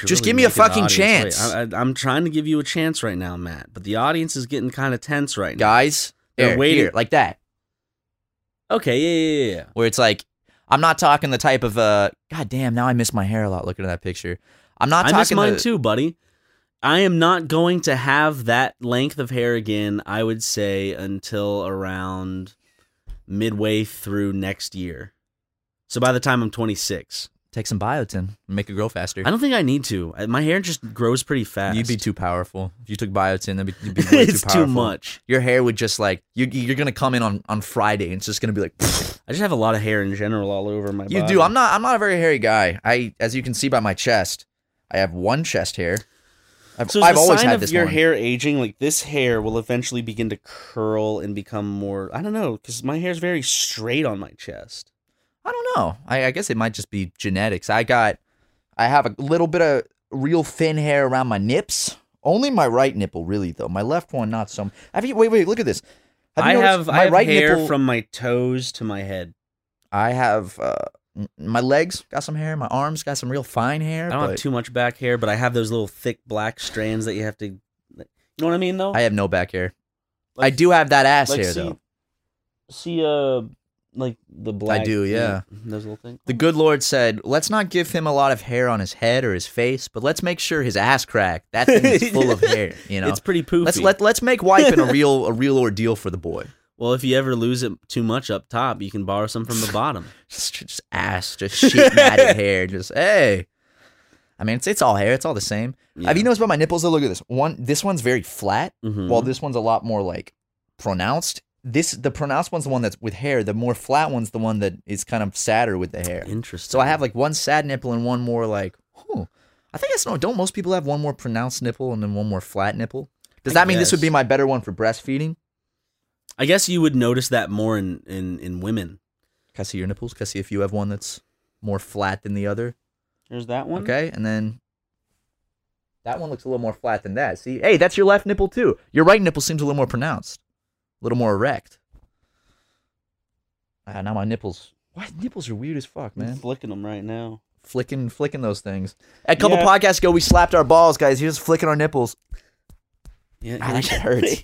Speaker 4: you're
Speaker 3: just
Speaker 4: really
Speaker 3: give me a
Speaker 4: making the
Speaker 3: fucking
Speaker 4: audience
Speaker 3: chance.
Speaker 4: wait. I, I, I'm trying to give you a chance right now, Matt. But the audience is getting kind of tense right now.
Speaker 3: Guys,
Speaker 4: They're
Speaker 3: there,
Speaker 4: waiting.
Speaker 3: here, like that,
Speaker 4: Okay, yeah, yeah, yeah, yeah.
Speaker 3: where it's like, I'm not talking the type of uh, god damn. Now I miss my hair a lot looking at that picture. I'm not
Speaker 4: I miss
Speaker 3: talking
Speaker 4: mine
Speaker 3: the,
Speaker 4: too, buddy. I am not going to have that length of hair again. I would say until around midway through next year. So by the time I'm 26,
Speaker 3: Take some biotin, make it grow faster.
Speaker 4: I don't think I need to. I- My hair just grows pretty fast.
Speaker 3: You'd be too powerful. If you took biotin, that'd be,
Speaker 4: [LAUGHS]
Speaker 3: you'd be way
Speaker 4: it's
Speaker 3: too powerful.
Speaker 4: too much.
Speaker 3: Your hair would just like you, you're gonna come in on on Friday and it's just gonna be like
Speaker 4: [LAUGHS] I just have a lot of hair in general all over my body.
Speaker 3: you do. I'm not I'm not a very hairy guy. I as you can see by my chest, I have one chest hair. I've,
Speaker 4: So is
Speaker 3: I've
Speaker 4: the
Speaker 3: always
Speaker 4: sign
Speaker 3: had
Speaker 4: of
Speaker 3: this
Speaker 4: your
Speaker 3: one.
Speaker 4: hair aging, like this hair will eventually begin to curl and become more. I don't know, because my hair's very straight on my chest.
Speaker 3: I don't know. I, I guess it might just be genetics. I got I have a little bit of real thin hair around my nips. Only my right nipple, really though. My left one, not so. Have you? Wait, wait. Look at this. you
Speaker 4: I
Speaker 3: noticed
Speaker 4: have I have hair from my toes to my head.
Speaker 3: I have uh, m- my legs got some hair, my arms got some real fine hair.
Speaker 4: I don't have
Speaker 3: but
Speaker 4: too much back hair, but I have those little thick black strands that you have to. You know what I mean, though.
Speaker 3: I have no back hair.
Speaker 4: Like-
Speaker 3: I do have that ass
Speaker 4: like,
Speaker 3: hair
Speaker 4: see,
Speaker 3: though.
Speaker 4: See, uh, like the black.
Speaker 3: do, yeah.
Speaker 4: Those little things.
Speaker 3: The good Lord said, "Let's not give him a lot of hair on his head or his face, but let's make sure his ass crack that thing is full
Speaker 4: [LAUGHS]
Speaker 3: of hair." You know,
Speaker 4: it's pretty poofy.
Speaker 3: let's let let's make wiping
Speaker 4: [LAUGHS]
Speaker 3: a real a real ordeal for the boy.
Speaker 4: well, if you ever lose it too much up top, you can borrow some from the
Speaker 3: [LAUGHS]
Speaker 4: bottom.
Speaker 3: Just, just ass, just
Speaker 4: [LAUGHS]
Speaker 3: shit matted hair. Just hey, I mean, it's it's all hair. It's all the same. Have you noticed about my nipples? Though, look at this one. This one's very flat.
Speaker 4: Mhm.
Speaker 3: while this one's a lot more like pronounced. This the pronounced one's the one that's with hair. The more flat one's the one that is kind of sadder with the hair.
Speaker 4: Interesting.
Speaker 3: So I have like one sad nipple and one more like. Hmm, I think that's no. Don't most people have one more pronounced nipple and then one more flat nipple? Does
Speaker 4: I
Speaker 3: that mean this would be
Speaker 4: guess.
Speaker 3: my better one for breastfeeding?
Speaker 4: I guess you would notice that more in in in women.
Speaker 3: Can I see your nipples? Can I see if you have one that's more flat than the other?
Speaker 4: There's that one.
Speaker 3: Okay, and then that one looks a little more flat than that. See, hey, that's your left nipple too. Your right nipple seems a little more pronounced, a little more erect. Ah, now my nipples. Why nipples are weird as fuck,
Speaker 4: I'm
Speaker 3: man.
Speaker 4: flicking them right now.
Speaker 3: Flicking, flicking those things. A couple
Speaker 4: Yeah.
Speaker 3: podcasts ago, we slapped our balls, guys. You're just flicking our nipples.
Speaker 4: Yeah,
Speaker 3: Ah, that shit hurts.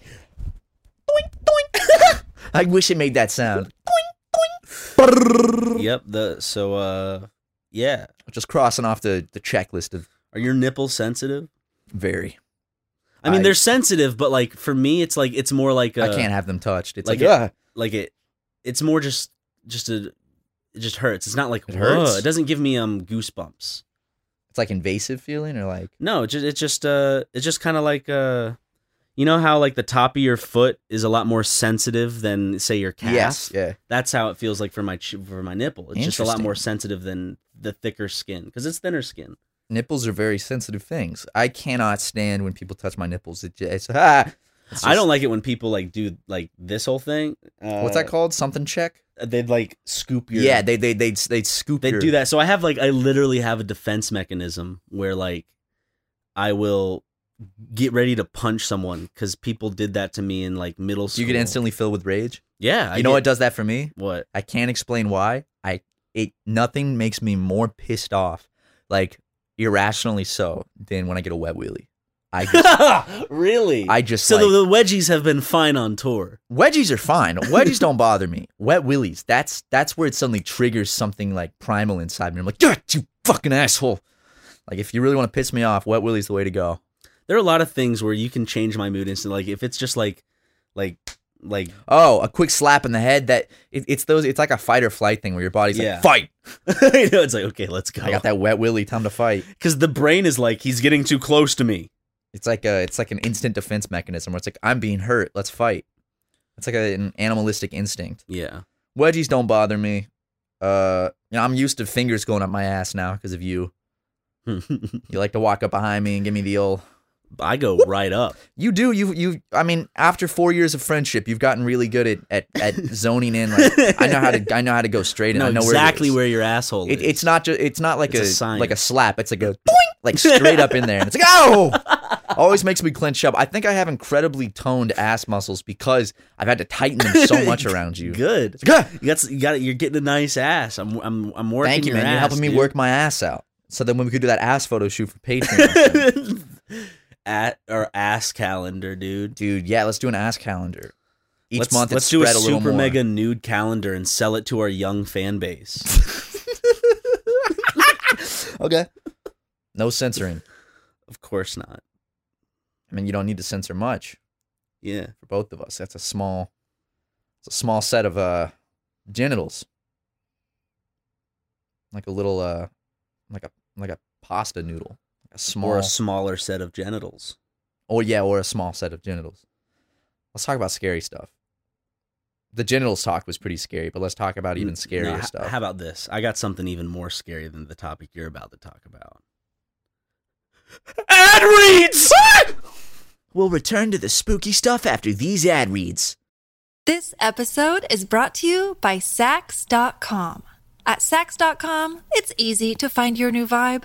Speaker 3: doink, doink. [LAUGHS] I wish it made that
Speaker 4: [LAUGHS]
Speaker 3: sound.
Speaker 4: [LAUGHS] yep. The so uh yeah.
Speaker 3: Just crossing off the the checklist of
Speaker 4: Are your nipples sensitive?
Speaker 3: very.
Speaker 4: I mean,
Speaker 3: I-
Speaker 4: they're sensitive, but like for me, it's like it's more like I
Speaker 3: I can't have them touched. It's
Speaker 4: like
Speaker 3: like,
Speaker 4: it-
Speaker 3: ugh.
Speaker 4: like it. It's more just just a it just hurts. It's not like
Speaker 3: It hurts?
Speaker 4: "Ugh." It doesn't give me um goosebumps.
Speaker 3: it's like invasive feeling or like.
Speaker 4: No, it just it's just uh it's just kind of like uh you know how like the top of your foot is a lot more sensitive than say your calf.
Speaker 3: Yes. Yeah.
Speaker 4: That's how it feels like for my ch- for my nipple. It's just a lot
Speaker 3: Interesting.
Speaker 4: more sensitive than the thicker skin because it's thinner skin.
Speaker 3: nipples are very sensitive things. I cannot stand when people touch my nipples. It just, it's, [LAUGHS] ah, It's
Speaker 4: I
Speaker 3: just-
Speaker 4: don't like it when people like do like this whole thing. Uh,
Speaker 3: what's that called? Something check?
Speaker 4: They'd like scoop your
Speaker 3: Yeah, they they they they scoop.
Speaker 4: they
Speaker 3: your-
Speaker 4: do that. So I have like I literally have a defense mechanism where like I will get ready to punch someone because people did that to me in like middle
Speaker 3: Do
Speaker 4: school.
Speaker 3: you get instantly filled with rage?
Speaker 4: Yeah,
Speaker 3: You
Speaker 4: I
Speaker 3: know
Speaker 4: get-
Speaker 3: what does that for me? [LAUGHS]
Speaker 4: What? [LAUGHS]
Speaker 3: I can't explain why. I it nothing makes me more pissed off, like irrationally so, than when I get a wet wheelie. I
Speaker 4: [LAUGHS]
Speaker 3: just,
Speaker 4: really?
Speaker 3: I just
Speaker 4: so
Speaker 3: like,
Speaker 4: the, the wedgies have been fine on tour.
Speaker 3: Wedgies are fine. Wedgies don't bother me. Wet willies. That's that's where it suddenly triggers something like primal inside me. I'm like, God, you fucking asshole. Like if you really want to piss me off, Wet Willie's the way to go.
Speaker 4: There are a lot of things where you can change my mood instantly. Like if it's just like, like, like [LAUGHS]
Speaker 3: Oh, a quick slap in the head that it, it's those. It's like a fight or flight thing where your body's
Speaker 4: Yeah.
Speaker 3: like fight.
Speaker 4: you know, it's like okay, let's
Speaker 3: I
Speaker 4: go.
Speaker 3: got that Wet Willie. Time to fight.
Speaker 4: Because the brain is like he's getting too close to me.
Speaker 3: It's like a it's like an instant defense mechanism where it's like I'm being hurt. Let's fight. It's like a- an animalistic instinct.
Speaker 4: Yeah. [LAUGHS]
Speaker 3: Wedgies don't bother me. Uh, you know, I'm used to fingers going up my ass now because of you. You like to walk up behind me and give me the old.
Speaker 4: I go right up.
Speaker 3: You do. You you. I mean, after four years of friendship, you've gotten really good at at,
Speaker 4: [LAUGHS]
Speaker 3: at zoning in. Like, I know how to. I know how to go straight. And
Speaker 4: know
Speaker 3: I know
Speaker 4: exactly
Speaker 3: where. it is.
Speaker 4: where, your asshole
Speaker 3: It,
Speaker 4: is.
Speaker 3: it's not just. It's not like
Speaker 4: It's a
Speaker 3: a,
Speaker 4: sign.
Speaker 3: like a slap. It's
Speaker 4: [LAUGHS]
Speaker 3: like a boing, like straight up in there, and it's like oh. Always makes me clench up. I think I have incredibly toned ass muscles because I've had to tighten
Speaker 4: [LAUGHS]
Speaker 3: them so much around you.
Speaker 4: good.
Speaker 3: It's like, "Ah,
Speaker 4: You got you got you're getting a nice ass. I'm I'm I'm working.
Speaker 3: Thank you,
Speaker 4: your
Speaker 3: man. You're
Speaker 4: ass,
Speaker 3: helping me
Speaker 4: dude.
Speaker 3: work my ass out. So then when we could do that ass photo shoot for
Speaker 4: [LAUGHS]
Speaker 3: Patreon,
Speaker 4: At or ass calendar, dude.
Speaker 3: dude. Yeah, let's do an ass calendar. Each
Speaker 4: let's,
Speaker 3: month,
Speaker 4: let's
Speaker 3: it's
Speaker 4: do a
Speaker 3: spread little
Speaker 4: super
Speaker 3: more.
Speaker 4: mega nude calendar and sell it to our young fan base.
Speaker 3: [LAUGHS] Okay. No censoring.
Speaker 4: of course not.
Speaker 3: I mean, you don't need to censor much
Speaker 4: Yeah.
Speaker 3: for both of us. That's a small, it's a small set of uh, genitals, like a little, uh, like a like a pasta noodle, a small,
Speaker 4: Or a smaller set of genitals.
Speaker 3: or yeah, or a small set of genitals. Let's talk about scary stuff. The genitals talk was pretty scary, but let's talk about even
Speaker 4: N-
Speaker 3: scarier
Speaker 4: no, h-
Speaker 3: stuff.
Speaker 4: How about this? I got something even more scary than the topic you're about to talk about.
Speaker 6: Ad reads! we'll return to the spooky stuff after these ad reads.
Speaker 2: This episode is brought to you by Sax.com. At Sax.com, it's easy to find your new vibe.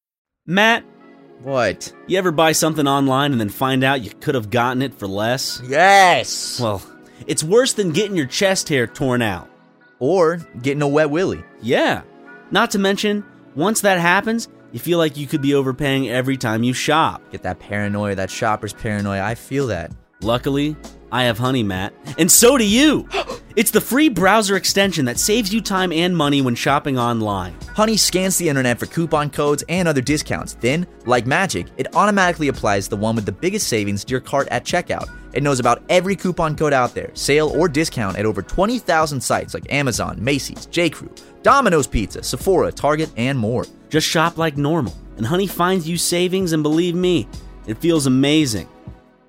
Speaker 4: Matt,
Speaker 3: what?
Speaker 4: you ever buy something online and then find out you could have gotten it for less?
Speaker 3: Yes.
Speaker 4: Well, it's worse than getting your chest hair torn out.
Speaker 3: Or getting a wet willy.
Speaker 4: Yeah. Not to mention, once that happens, you feel like you could be overpaying every time you shop.
Speaker 3: Get that paranoia, that shopper's paranoia. I feel that.
Speaker 4: Luckily, I have Honey Matt, and so do
Speaker 6: [GASPS]
Speaker 4: you. It's the free browser extension that saves you time and money when shopping online.
Speaker 3: Honey scans the internet for coupon codes and other discounts. Then, like magic, it automatically applies the one with the biggest savings to your cart at checkout. It knows about every coupon code out there, sale or discount at over 20,000 sites like Amazon, Macy's, J.Crew, Domino's Pizza, Sephora, Target, and more.
Speaker 4: Just shop like normal, and Honey finds you savings, and believe me, it feels amazing.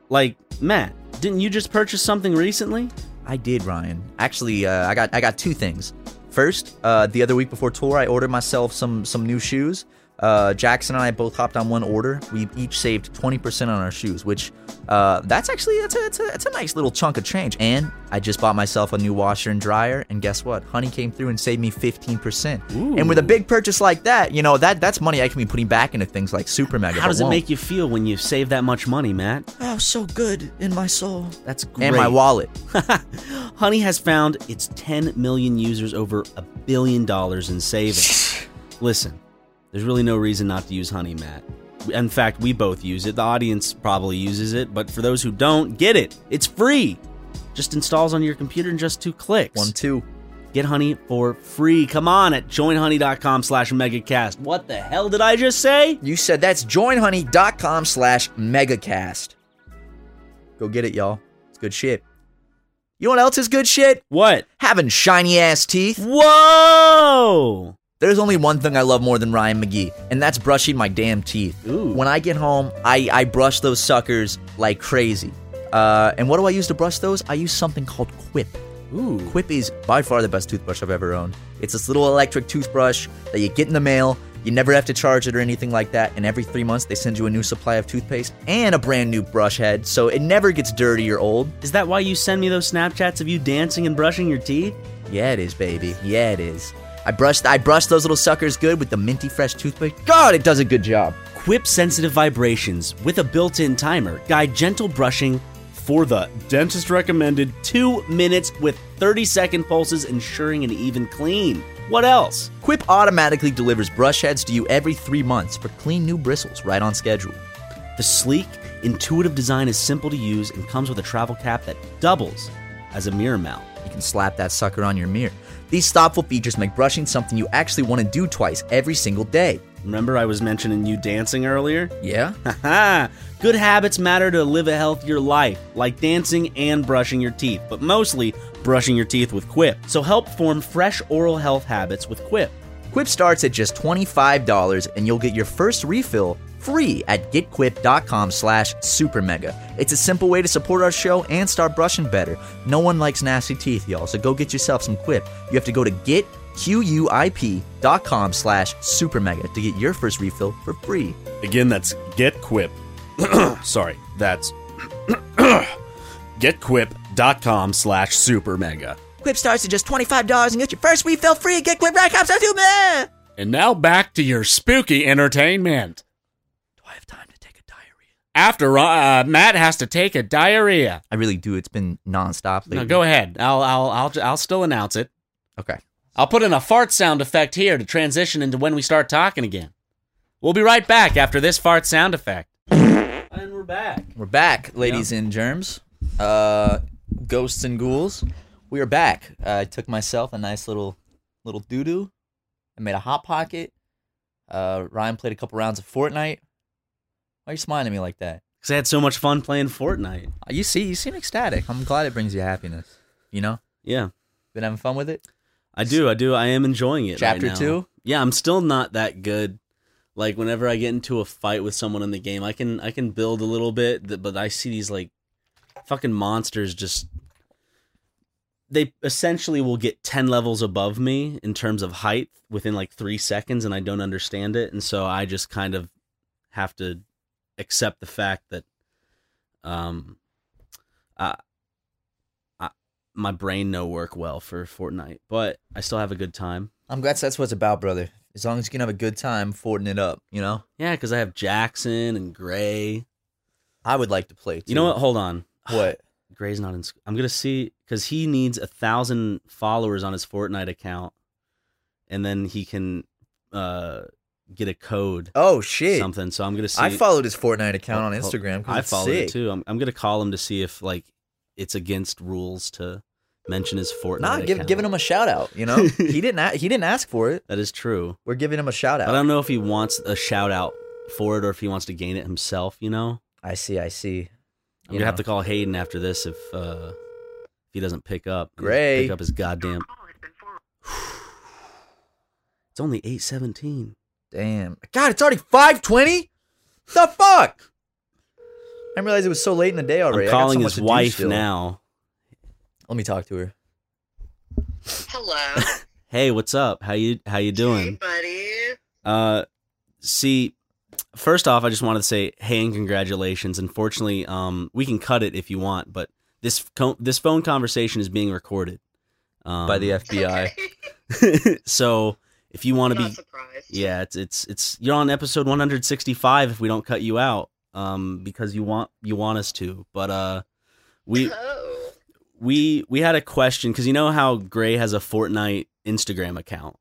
Speaker 4: Like, Matt, didn't you just purchase something recently?
Speaker 3: I did, Ryan. Actually, uh, I got I got two things. First, uh, the other week before tour, I ordered myself some some new shoes. Uh, Jackson and I both hopped on one order. We each saved twenty percent on our shoes, which uh, that's actually that's a, that's, a, that's a nice little chunk of change. And I just bought myself a new washer and dryer, and guess what? Honey came through and saved me fifteen percent. And with a big purchase like that, you know that that's money I can be putting back into things like Super Mega.
Speaker 4: How does it make you feel when you save that much money, Matt?
Speaker 6: Oh, so good in my soul.
Speaker 4: That's great.
Speaker 3: And my wallet.
Speaker 4: Honey has found its 10 million users over a billion dollars in savings. Listen, there's really no reason not to use Honey, Matt. In fact, we both use it. The audience probably uses it, but for those who don't, get it. It's free. Just installs on your computer in just two clicks.
Speaker 3: One two.
Speaker 4: Get Honey for free. Come on at joinhoney.com slash megacast. What the hell did I just say?
Speaker 3: You said that's joinhoney.com slash megacast. Go get it, y'all. It's good shit. You know what else is good shit?
Speaker 4: What?
Speaker 3: Having shiny ass teeth.
Speaker 4: Whoa!
Speaker 3: There's only one thing I love more than Ryan McGee, and that's brushing my damn teeth.
Speaker 4: Ooh.
Speaker 3: When I get home, I, I brush those suckers like crazy. Uh, and what do I use to brush those? I use something called Quip.
Speaker 4: Ooh.
Speaker 3: Quip is by far the best toothbrush I've ever owned. It's this little electric toothbrush that you get in the mail. You never have to charge it or anything like that. And every three months, they send you a new supply of toothpaste and a brand new brush head. So it never gets dirty or old.
Speaker 4: Is that why you send me those Snapchats of you dancing and brushing your teeth?
Speaker 3: Yeah, it is, baby. Yeah, it is. I brushed, I brushed those little suckers good with the minty fresh toothpaste. God, it does a good job.
Speaker 4: Quip sensitive vibrations with a built in timer guide gentle brushing for the dentist recommended two minutes with 30 second pulses, ensuring an even clean. What else?
Speaker 3: Quip automatically delivers brush heads to you every three months for clean new bristles right on schedule.
Speaker 4: The sleek, intuitive design is simple to use and comes with a travel cap that doubles as a mirror mount.
Speaker 3: You can slap that sucker on your mirror. These thoughtful features make brushing something you actually want to do twice every single day.
Speaker 4: Remember, I was mentioning you dancing earlier?
Speaker 3: Yeah?
Speaker 4: Haha! [LAUGHS] Good habits matter to live a healthier life, like dancing and brushing your teeth, but mostly brushing your teeth with Quip. So help form fresh oral health habits with Quip.
Speaker 3: Quip starts at just $25 and you'll get your first refill free at getquip.com slash supermega. It's a simple way to support our show and start brushing better. No one likes nasty teeth, y'all, so go get yourself some Quip. You have to go to get quip.com slash supermega to get your first refill for free.
Speaker 8: Again, that's Get Quip. [CLEARS THROAT] Sorry, that's [CLEARS THROAT] getquip.com slash super mega.
Speaker 6: Quip starts at just $25 and get your first refill free at getquip.com. So do meh.
Speaker 8: And now back to your spooky entertainment.
Speaker 3: Do I have time to take a diarrhea?
Speaker 8: After uh, Matt has to take a diarrhea.
Speaker 3: I really do. It's been nonstop lately.
Speaker 8: No, go ahead. I'll, I'll, I'll, I'll still announce it.
Speaker 3: Okay.
Speaker 8: I'll put in a fart sound effect here to transition into when we start talking again. We'll be right back after this fart sound effect.
Speaker 4: And we're back.
Speaker 3: We're back, ladies and germs, uh, ghosts and ghouls. We are back. Uh, I took myself a nice little little doo doo. I made a hot pocket. Uh, Ryan played a couple rounds of Fortnite. Why are you smiling at me like that? Uh,
Speaker 4: Because I had so much fun playing Fortnite.
Speaker 3: You see, you seem ecstatic. I'm glad it brings you happiness. You know,
Speaker 4: Yeah,
Speaker 3: been having fun with it.
Speaker 4: I do. I do. I am enjoying it. right
Speaker 3: Chapter
Speaker 4: now.
Speaker 3: two?
Speaker 4: Yeah, I'm still not that good. Like whenever I get into a fight with someone in the game, I can I can build a little bit, th- but I see these like fucking monsters just. They essentially will get ten levels above me in terms of height within like three seconds, and I don't understand it, and so I just kind of have to accept the fact that, um, uh, I, my brain no work well for Fortnite, but I still have a good time.
Speaker 3: I'm glad that's what it's about, brother. As long as you can have a good time forting it up, you know.
Speaker 4: Yeah, because I have Jackson and Gray.
Speaker 3: I would like to play. Too.
Speaker 4: You know what? Hold on.
Speaker 3: What?
Speaker 4: Gray's not in. sc- I'm gonna see because he needs a thousand followers on his Fortnite account, and then he can uh get a code
Speaker 3: Oh shit!
Speaker 4: something. So I'm gonna see.
Speaker 3: I followed his Fortnite account on
Speaker 4: Hold- hold-
Speaker 3: Instagram. 'cause
Speaker 4: I
Speaker 3: it's
Speaker 4: followed
Speaker 3: sick.
Speaker 4: it too. I'm, I'm gonna call him to see if like it's against rules to mention his Fortnite.
Speaker 3: Nah, give,
Speaker 4: account.
Speaker 3: giving him a shout out. You know,
Speaker 4: [LAUGHS]
Speaker 3: he didn't. A- he didn't ask for it.
Speaker 4: That is true.
Speaker 3: We're giving him a shout
Speaker 4: I
Speaker 3: out.
Speaker 4: don't know if he wants a shout out for it or if he wants to gain it himself. You know.
Speaker 3: I see. I see.
Speaker 4: I'm
Speaker 3: You
Speaker 4: gonna have
Speaker 3: know.
Speaker 4: to call Hayden after this if uh, if he doesn't pick up. He doesn't
Speaker 3: Gray.
Speaker 4: pick up his goddamn. it's only eight seventeen.
Speaker 3: Damn. God, it's already five twenty. The fuck. I didn't realize it was so late in the day already.
Speaker 4: I'm
Speaker 3: I got so
Speaker 4: calling
Speaker 3: much
Speaker 4: his
Speaker 3: to do
Speaker 4: wife
Speaker 3: still.
Speaker 4: now.
Speaker 3: Let me talk to her.
Speaker 4: [LAUGHS]
Speaker 5: Hello.
Speaker 4: Hey, what's up? How you How you doing?
Speaker 5: buddy.
Speaker 4: Uh, see, first off, I just wanted to say hey and congratulations. Unfortunately, um, we can cut it if you want, but this co- this phone conversation is being recorded um,
Speaker 3: By the FBI.
Speaker 4: [LAUGHS] so if you want to be
Speaker 5: surprised.
Speaker 4: Yeah, it's it's it's you're on episode 165 if we don't cut you out um because you want you want us to. But uh we
Speaker 5: Oh.
Speaker 4: we we had a question cuz you know how Gray has a Fortnite Instagram account,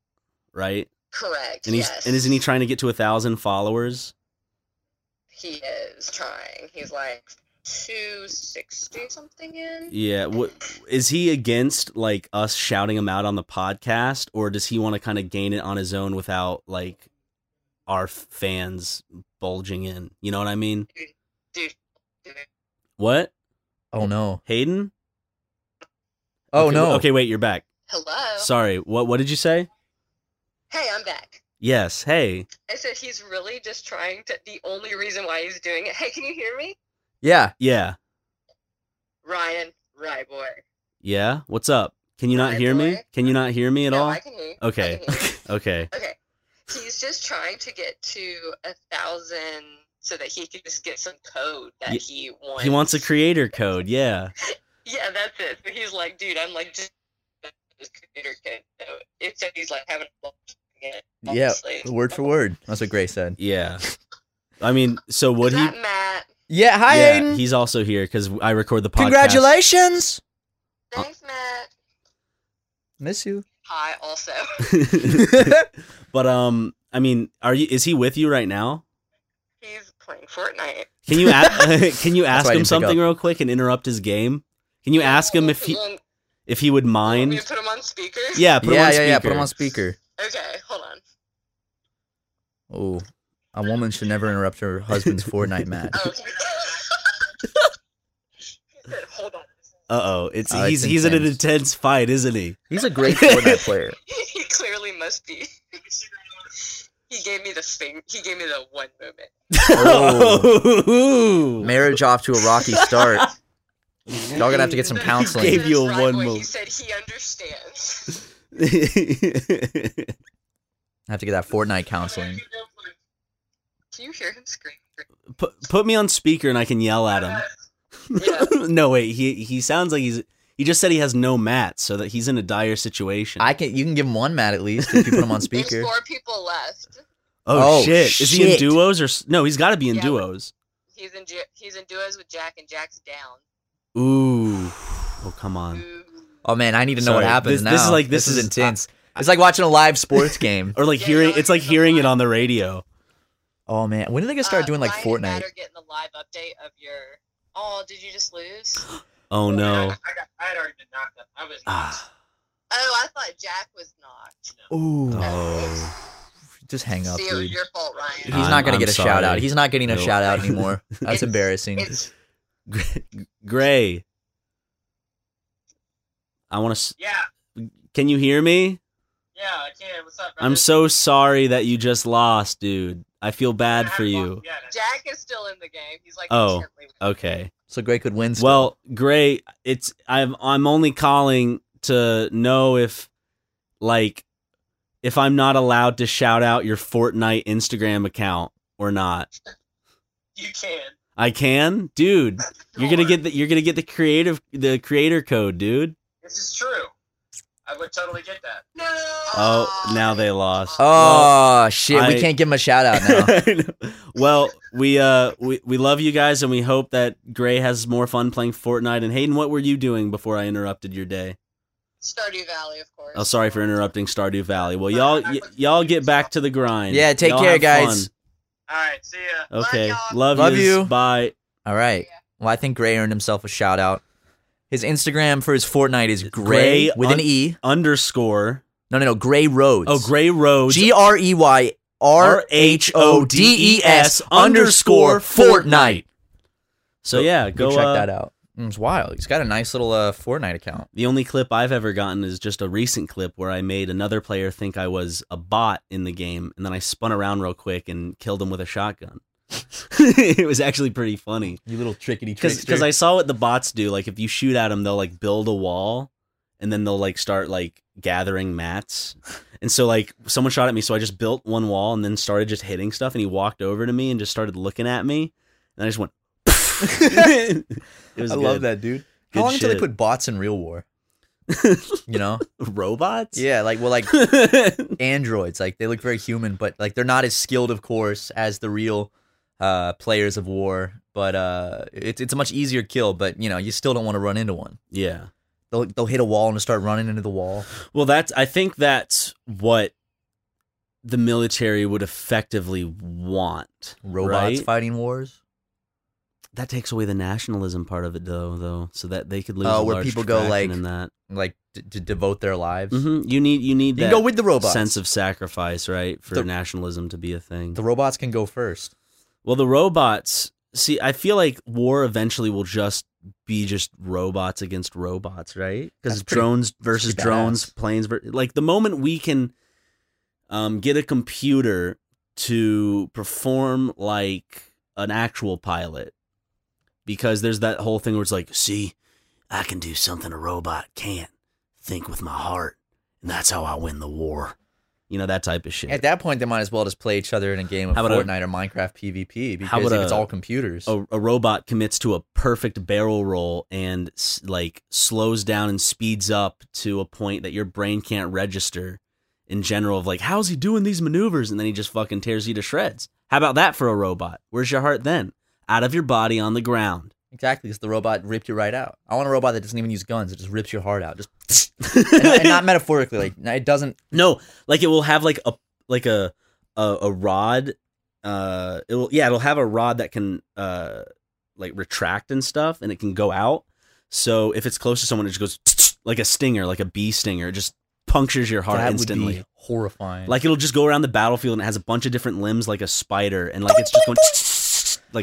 Speaker 4: right?
Speaker 5: Correct.
Speaker 4: And he's
Speaker 5: yes.
Speaker 4: and isn't he trying to get to a 1000 followers?
Speaker 5: He is trying. He's like two sixty something in.
Speaker 4: Yeah, what is he against like us shouting him out on the podcast or does he want to kind of gain it on his own without like our fans bulging in? You know what I mean?
Speaker 5: Dude, dude,
Speaker 4: What?
Speaker 3: Oh no.
Speaker 4: Hayden?
Speaker 3: Oh
Speaker 4: Okay,
Speaker 3: no.
Speaker 4: Okay, wait, you're back.
Speaker 5: hello.
Speaker 4: Sorry. What what did you say?
Speaker 5: hey, I'm back.
Speaker 4: Yes. Hey.
Speaker 5: I said he's really just trying to. The only reason why he's doing it. Hey, can you hear me,
Speaker 3: Yeah.
Speaker 4: Yeah.
Speaker 5: Ryan? Right, boy.
Speaker 4: Yeah. What's up? Can you not
Speaker 9: I
Speaker 4: hear me?
Speaker 9: boy?
Speaker 4: Can you not hear me at
Speaker 9: No,
Speaker 4: all?
Speaker 9: I can hear you. I
Speaker 4: Okay.
Speaker 9: can hear
Speaker 4: okay.
Speaker 9: Okay. He's just trying to get to a thousand so that he can just get some code that
Speaker 4: Ye-
Speaker 9: he wants.
Speaker 4: He wants a creator code. Yeah.
Speaker 9: Yeah, that's it. But he's like, dude, I'm like just this computer kid. So it said he's like having a lot of fun again.
Speaker 3: Yeah,
Speaker 9: Obviously.
Speaker 3: word for word. That's what Gray said.
Speaker 4: Yeah. I mean, so would he?
Speaker 9: Matt,
Speaker 3: Yeah. Hi,
Speaker 4: yeah,
Speaker 3: Aiden.
Speaker 4: He's also here because I record the podcast.
Speaker 3: Congratulations.
Speaker 4: Oh.
Speaker 9: thanks, Matt.
Speaker 3: Miss you.
Speaker 9: Hi,
Speaker 4: [LAUGHS]
Speaker 9: also.
Speaker 4: but um, I mean, are you? Is he with you right now?
Speaker 9: he's playing Fortnite.
Speaker 4: Can you
Speaker 9: [LAUGHS]
Speaker 4: a- [LAUGHS] can you ask
Speaker 3: why I didn't
Speaker 4: him
Speaker 3: pick
Speaker 4: something
Speaker 3: up.
Speaker 4: real quick and interrupt his game? Can you ask him if he
Speaker 9: Want
Speaker 4: if he would
Speaker 9: me
Speaker 4: mind?
Speaker 9: to put him on speaker?
Speaker 4: Yeah, put him
Speaker 3: yeah,
Speaker 4: on
Speaker 3: yeah,
Speaker 4: speaker.
Speaker 3: yeah. Put him on speaker.
Speaker 9: Okay, hold
Speaker 4: [LAUGHS]
Speaker 9: on.
Speaker 3: Oh, a woman should never interrupt her husband's Fortnite [LAUGHS] match.
Speaker 9: Oh. [LAUGHS] He said, hold on.
Speaker 4: Uh oh, it's
Speaker 3: Oh,
Speaker 4: he's
Speaker 3: it's
Speaker 4: he's in an
Speaker 3: intense.
Speaker 4: intense fight, isn't he?
Speaker 3: He's a great Fortnite
Speaker 4: [LAUGHS]
Speaker 3: player.
Speaker 9: [LAUGHS] he clearly must be. he gave me the thing. He gave me the one moment.
Speaker 3: Oh,
Speaker 4: Ooh.
Speaker 3: marriage off to a rocky
Speaker 4: [LAUGHS]
Speaker 3: start. Y'all gonna have to get
Speaker 9: [LAUGHS]
Speaker 3: some
Speaker 9: He
Speaker 3: counseling.
Speaker 4: gave you a
Speaker 9: Right
Speaker 4: one
Speaker 9: away, He
Speaker 4: moment.
Speaker 9: said he understands.
Speaker 3: have to get that Fortnite counseling.
Speaker 9: Can you hear him scream?
Speaker 4: [LAUGHS] put, put me on speaker and I can yell at him.
Speaker 9: Yeah.
Speaker 4: [LAUGHS] no wait, he he sounds like he's he just said he has no mat, so that he's in a dire situation.
Speaker 3: I can. You can give him one mat at least if you
Speaker 4: [LAUGHS]
Speaker 3: put him on [LAUGHS] speaker.
Speaker 9: There's four people left.
Speaker 4: oh,
Speaker 3: Oh,
Speaker 4: shit. Is he in
Speaker 3: shit.
Speaker 4: duos or s- no? He's got to be in
Speaker 9: Yeah, but-
Speaker 4: duos.
Speaker 9: He's in ju- he's in duos with Jack, and Jack's down.
Speaker 4: Ooh. Oh come on.
Speaker 9: Ooh.
Speaker 3: Oh man, I need to know what
Speaker 4: Sorry,
Speaker 3: happens
Speaker 4: this-
Speaker 3: now.
Speaker 4: this is like- this is-
Speaker 3: intense. it's like watching a live
Speaker 4: [LAUGHS]
Speaker 3: sports game.
Speaker 4: Or like
Speaker 9: Yeah,
Speaker 4: hearing
Speaker 9: no,
Speaker 4: it's like
Speaker 9: it's a
Speaker 4: hearing it
Speaker 9: lot.
Speaker 4: on the radio.
Speaker 3: Oh man, when are they gonna start
Speaker 9: Uh,
Speaker 3: doing like
Speaker 9: Ryan and
Speaker 3: Fortnite?
Speaker 9: Matt are getting the live update of your. Oh, did you just lose? [LAUGHS]
Speaker 4: Oh [GASPS] no.
Speaker 5: got, I had already been knocked up. I was.
Speaker 4: Ah.
Speaker 9: Oh, I thought Jack was knocked.
Speaker 3: Ooh,
Speaker 4: Oh.
Speaker 3: just hang up,
Speaker 9: See, it was
Speaker 3: dude.
Speaker 9: your fault, Ryan.
Speaker 3: He's
Speaker 4: I'm-
Speaker 3: not gonna
Speaker 4: I'm
Speaker 3: get a
Speaker 4: sorry.
Speaker 3: shout out. He's not getting a
Speaker 4: Nope.
Speaker 3: shout out
Speaker 4: [LAUGHS]
Speaker 3: anymore. That's
Speaker 9: It's-
Speaker 3: embarrassing.
Speaker 9: It's
Speaker 4: Gray. I want to
Speaker 5: Yeah,
Speaker 4: Can you hear me?
Speaker 5: yeah, I can. What's up?
Speaker 4: I'm so sorry that you just lost, dude. I feel bad for you.
Speaker 9: Jack is still in the game. He's like,
Speaker 4: Oh,
Speaker 9: intently-
Speaker 4: Okay.
Speaker 3: so Greg could win. Still.
Speaker 4: Well, Gray, it's I'm I'm only calling to know if like if I'm not allowed to shout out your Fortnite Instagram account or not.
Speaker 5: You can.
Speaker 4: I can? Dude, you're going to
Speaker 5: Sure.
Speaker 4: get the you're going to get the creative the creator code, dude.
Speaker 5: [LAUGHS] This is true. I would totally get that.
Speaker 9: No.
Speaker 4: Oh, now they lost.
Speaker 3: oh shit,
Speaker 4: I-
Speaker 3: we can't give him a shout
Speaker 4: [LAUGHS]
Speaker 3: out now.
Speaker 4: I know. well, we uh we, we love you guys and we hope that Gray has more fun playing Fortnite. And Hayden, what were you doing before I interrupted your day?
Speaker 9: Stardew Valley, of course.
Speaker 4: Oh, sorry for interrupting Stardew Valley. Well, y'all y- y'all get back to the grind.
Speaker 3: Yeah, take
Speaker 4: Y'all
Speaker 3: care,
Speaker 4: have
Speaker 3: guys.
Speaker 5: All right, see ya.
Speaker 4: fun.
Speaker 9: Love
Speaker 4: Okay,
Speaker 9: y'all.
Speaker 4: love,
Speaker 3: Love
Speaker 4: yous.
Speaker 3: you.
Speaker 4: Bye.
Speaker 3: All right. Well, I think Gray earned himself a shout out. His Instagram for his Fortnite is Gray,
Speaker 4: Gray
Speaker 3: with an
Speaker 4: un-
Speaker 3: E.
Speaker 4: Underscore.
Speaker 3: No, no, no. Gray Roads.
Speaker 4: Oh, Gray Roads.
Speaker 3: G R E Y R H O D E S underscore Fortnite.
Speaker 4: So yeah, go,
Speaker 3: check
Speaker 4: uh,
Speaker 3: that out. Mm, It's wild. He's got a nice little uh, Fortnite account.
Speaker 4: The only clip I've ever gotten is just a recent clip where I made another player think I was a bot in the game, and then I spun around real quick and killed him with a shotgun. [LAUGHS] it was actually pretty funny
Speaker 3: You little trickety
Speaker 4: because I saw what the bots do. Like if you shoot at them, they'll like build a wall, and then they'll like start like
Speaker 3: [LAUGHS]
Speaker 4: gathering mats. And so like someone shot at me, so I just built one wall and then started just hitting stuff. And he walked over to me and just started looking at me, and I just went. [LAUGHS] it was
Speaker 3: I love
Speaker 4: good.
Speaker 3: that, dude.
Speaker 4: Good
Speaker 3: How long until they
Speaker 4: shit.
Speaker 3: put bots in real [LAUGHS] war? you know?
Speaker 4: robots.
Speaker 3: Yeah, like well, like androids, like they look very human, but like they're not as skilled, of course, as the real uh, players of war. But uh, it's it's a much easier kill. But you know, you still don't want to run into one.
Speaker 4: [LAUGHS] yeah.
Speaker 3: They'll they'll hit a wall and start running into the wall.
Speaker 4: Well, that's I think that's what the military would effectively want.
Speaker 3: Robots
Speaker 4: right?
Speaker 3: fighting wars.
Speaker 4: that takes away the nationalism part of it, though. Though, so that they could lose.
Speaker 3: Oh,
Speaker 4: a
Speaker 3: where
Speaker 4: large
Speaker 3: people go,
Speaker 4: fraction
Speaker 3: like,
Speaker 4: in that.
Speaker 3: like d- to devote their lives.
Speaker 4: hmm You need you need
Speaker 3: You can
Speaker 4: that
Speaker 3: go with the robots.
Speaker 4: sense of sacrifice, right, for
Speaker 3: The-
Speaker 4: nationalism to be a thing.
Speaker 3: the robots can go first.
Speaker 4: well, the robots. See, I feel like war eventually will just be just robots against robots, right? Because
Speaker 3: That's pretty-
Speaker 4: drones versus
Speaker 3: pretty
Speaker 4: drones,
Speaker 3: badass.
Speaker 4: planes. Ver- like the moment we can um, get a computer to perform like an actual pilot, because there's that whole thing where it's like, see, I can do something a robot can't. think with my heart, and that's how I win the war. You know that type of shit.
Speaker 3: At that point, they might as well just play each other in a game of
Speaker 4: How about a-
Speaker 3: Fortnite or Minecraft PvP
Speaker 4: How
Speaker 3: because
Speaker 4: about
Speaker 3: if it's
Speaker 4: a- Oh.
Speaker 3: all computers.
Speaker 4: a, a robot commits to a perfect barrel roll and s- like slows down and speeds up to a point that your brain can't register in general of like how's he doing these maneuvers and then he just fucking tears you to shreds how about that for a robot where's your heart then out of your body on the ground
Speaker 3: Exactly, because the robot ripped you right out. I want a robot that doesn't even use guns; it just rips your heart
Speaker 4: [LAUGHS]
Speaker 3: out, just [LAUGHS] and, and not metaphorically. Like no, it doesn't.
Speaker 4: no like it will have like a like a a, a rod uh it'll yeah it'll have a rod that can uh like retract and stuff and it can go out so if it's close to someone it just goes like a stinger like a bee stinger it just punctures your heart
Speaker 3: that
Speaker 4: instantly
Speaker 3: would be horrifying.
Speaker 4: like it'll just go around the battlefield and it has a bunch of different limbs like a spider and like it's just going like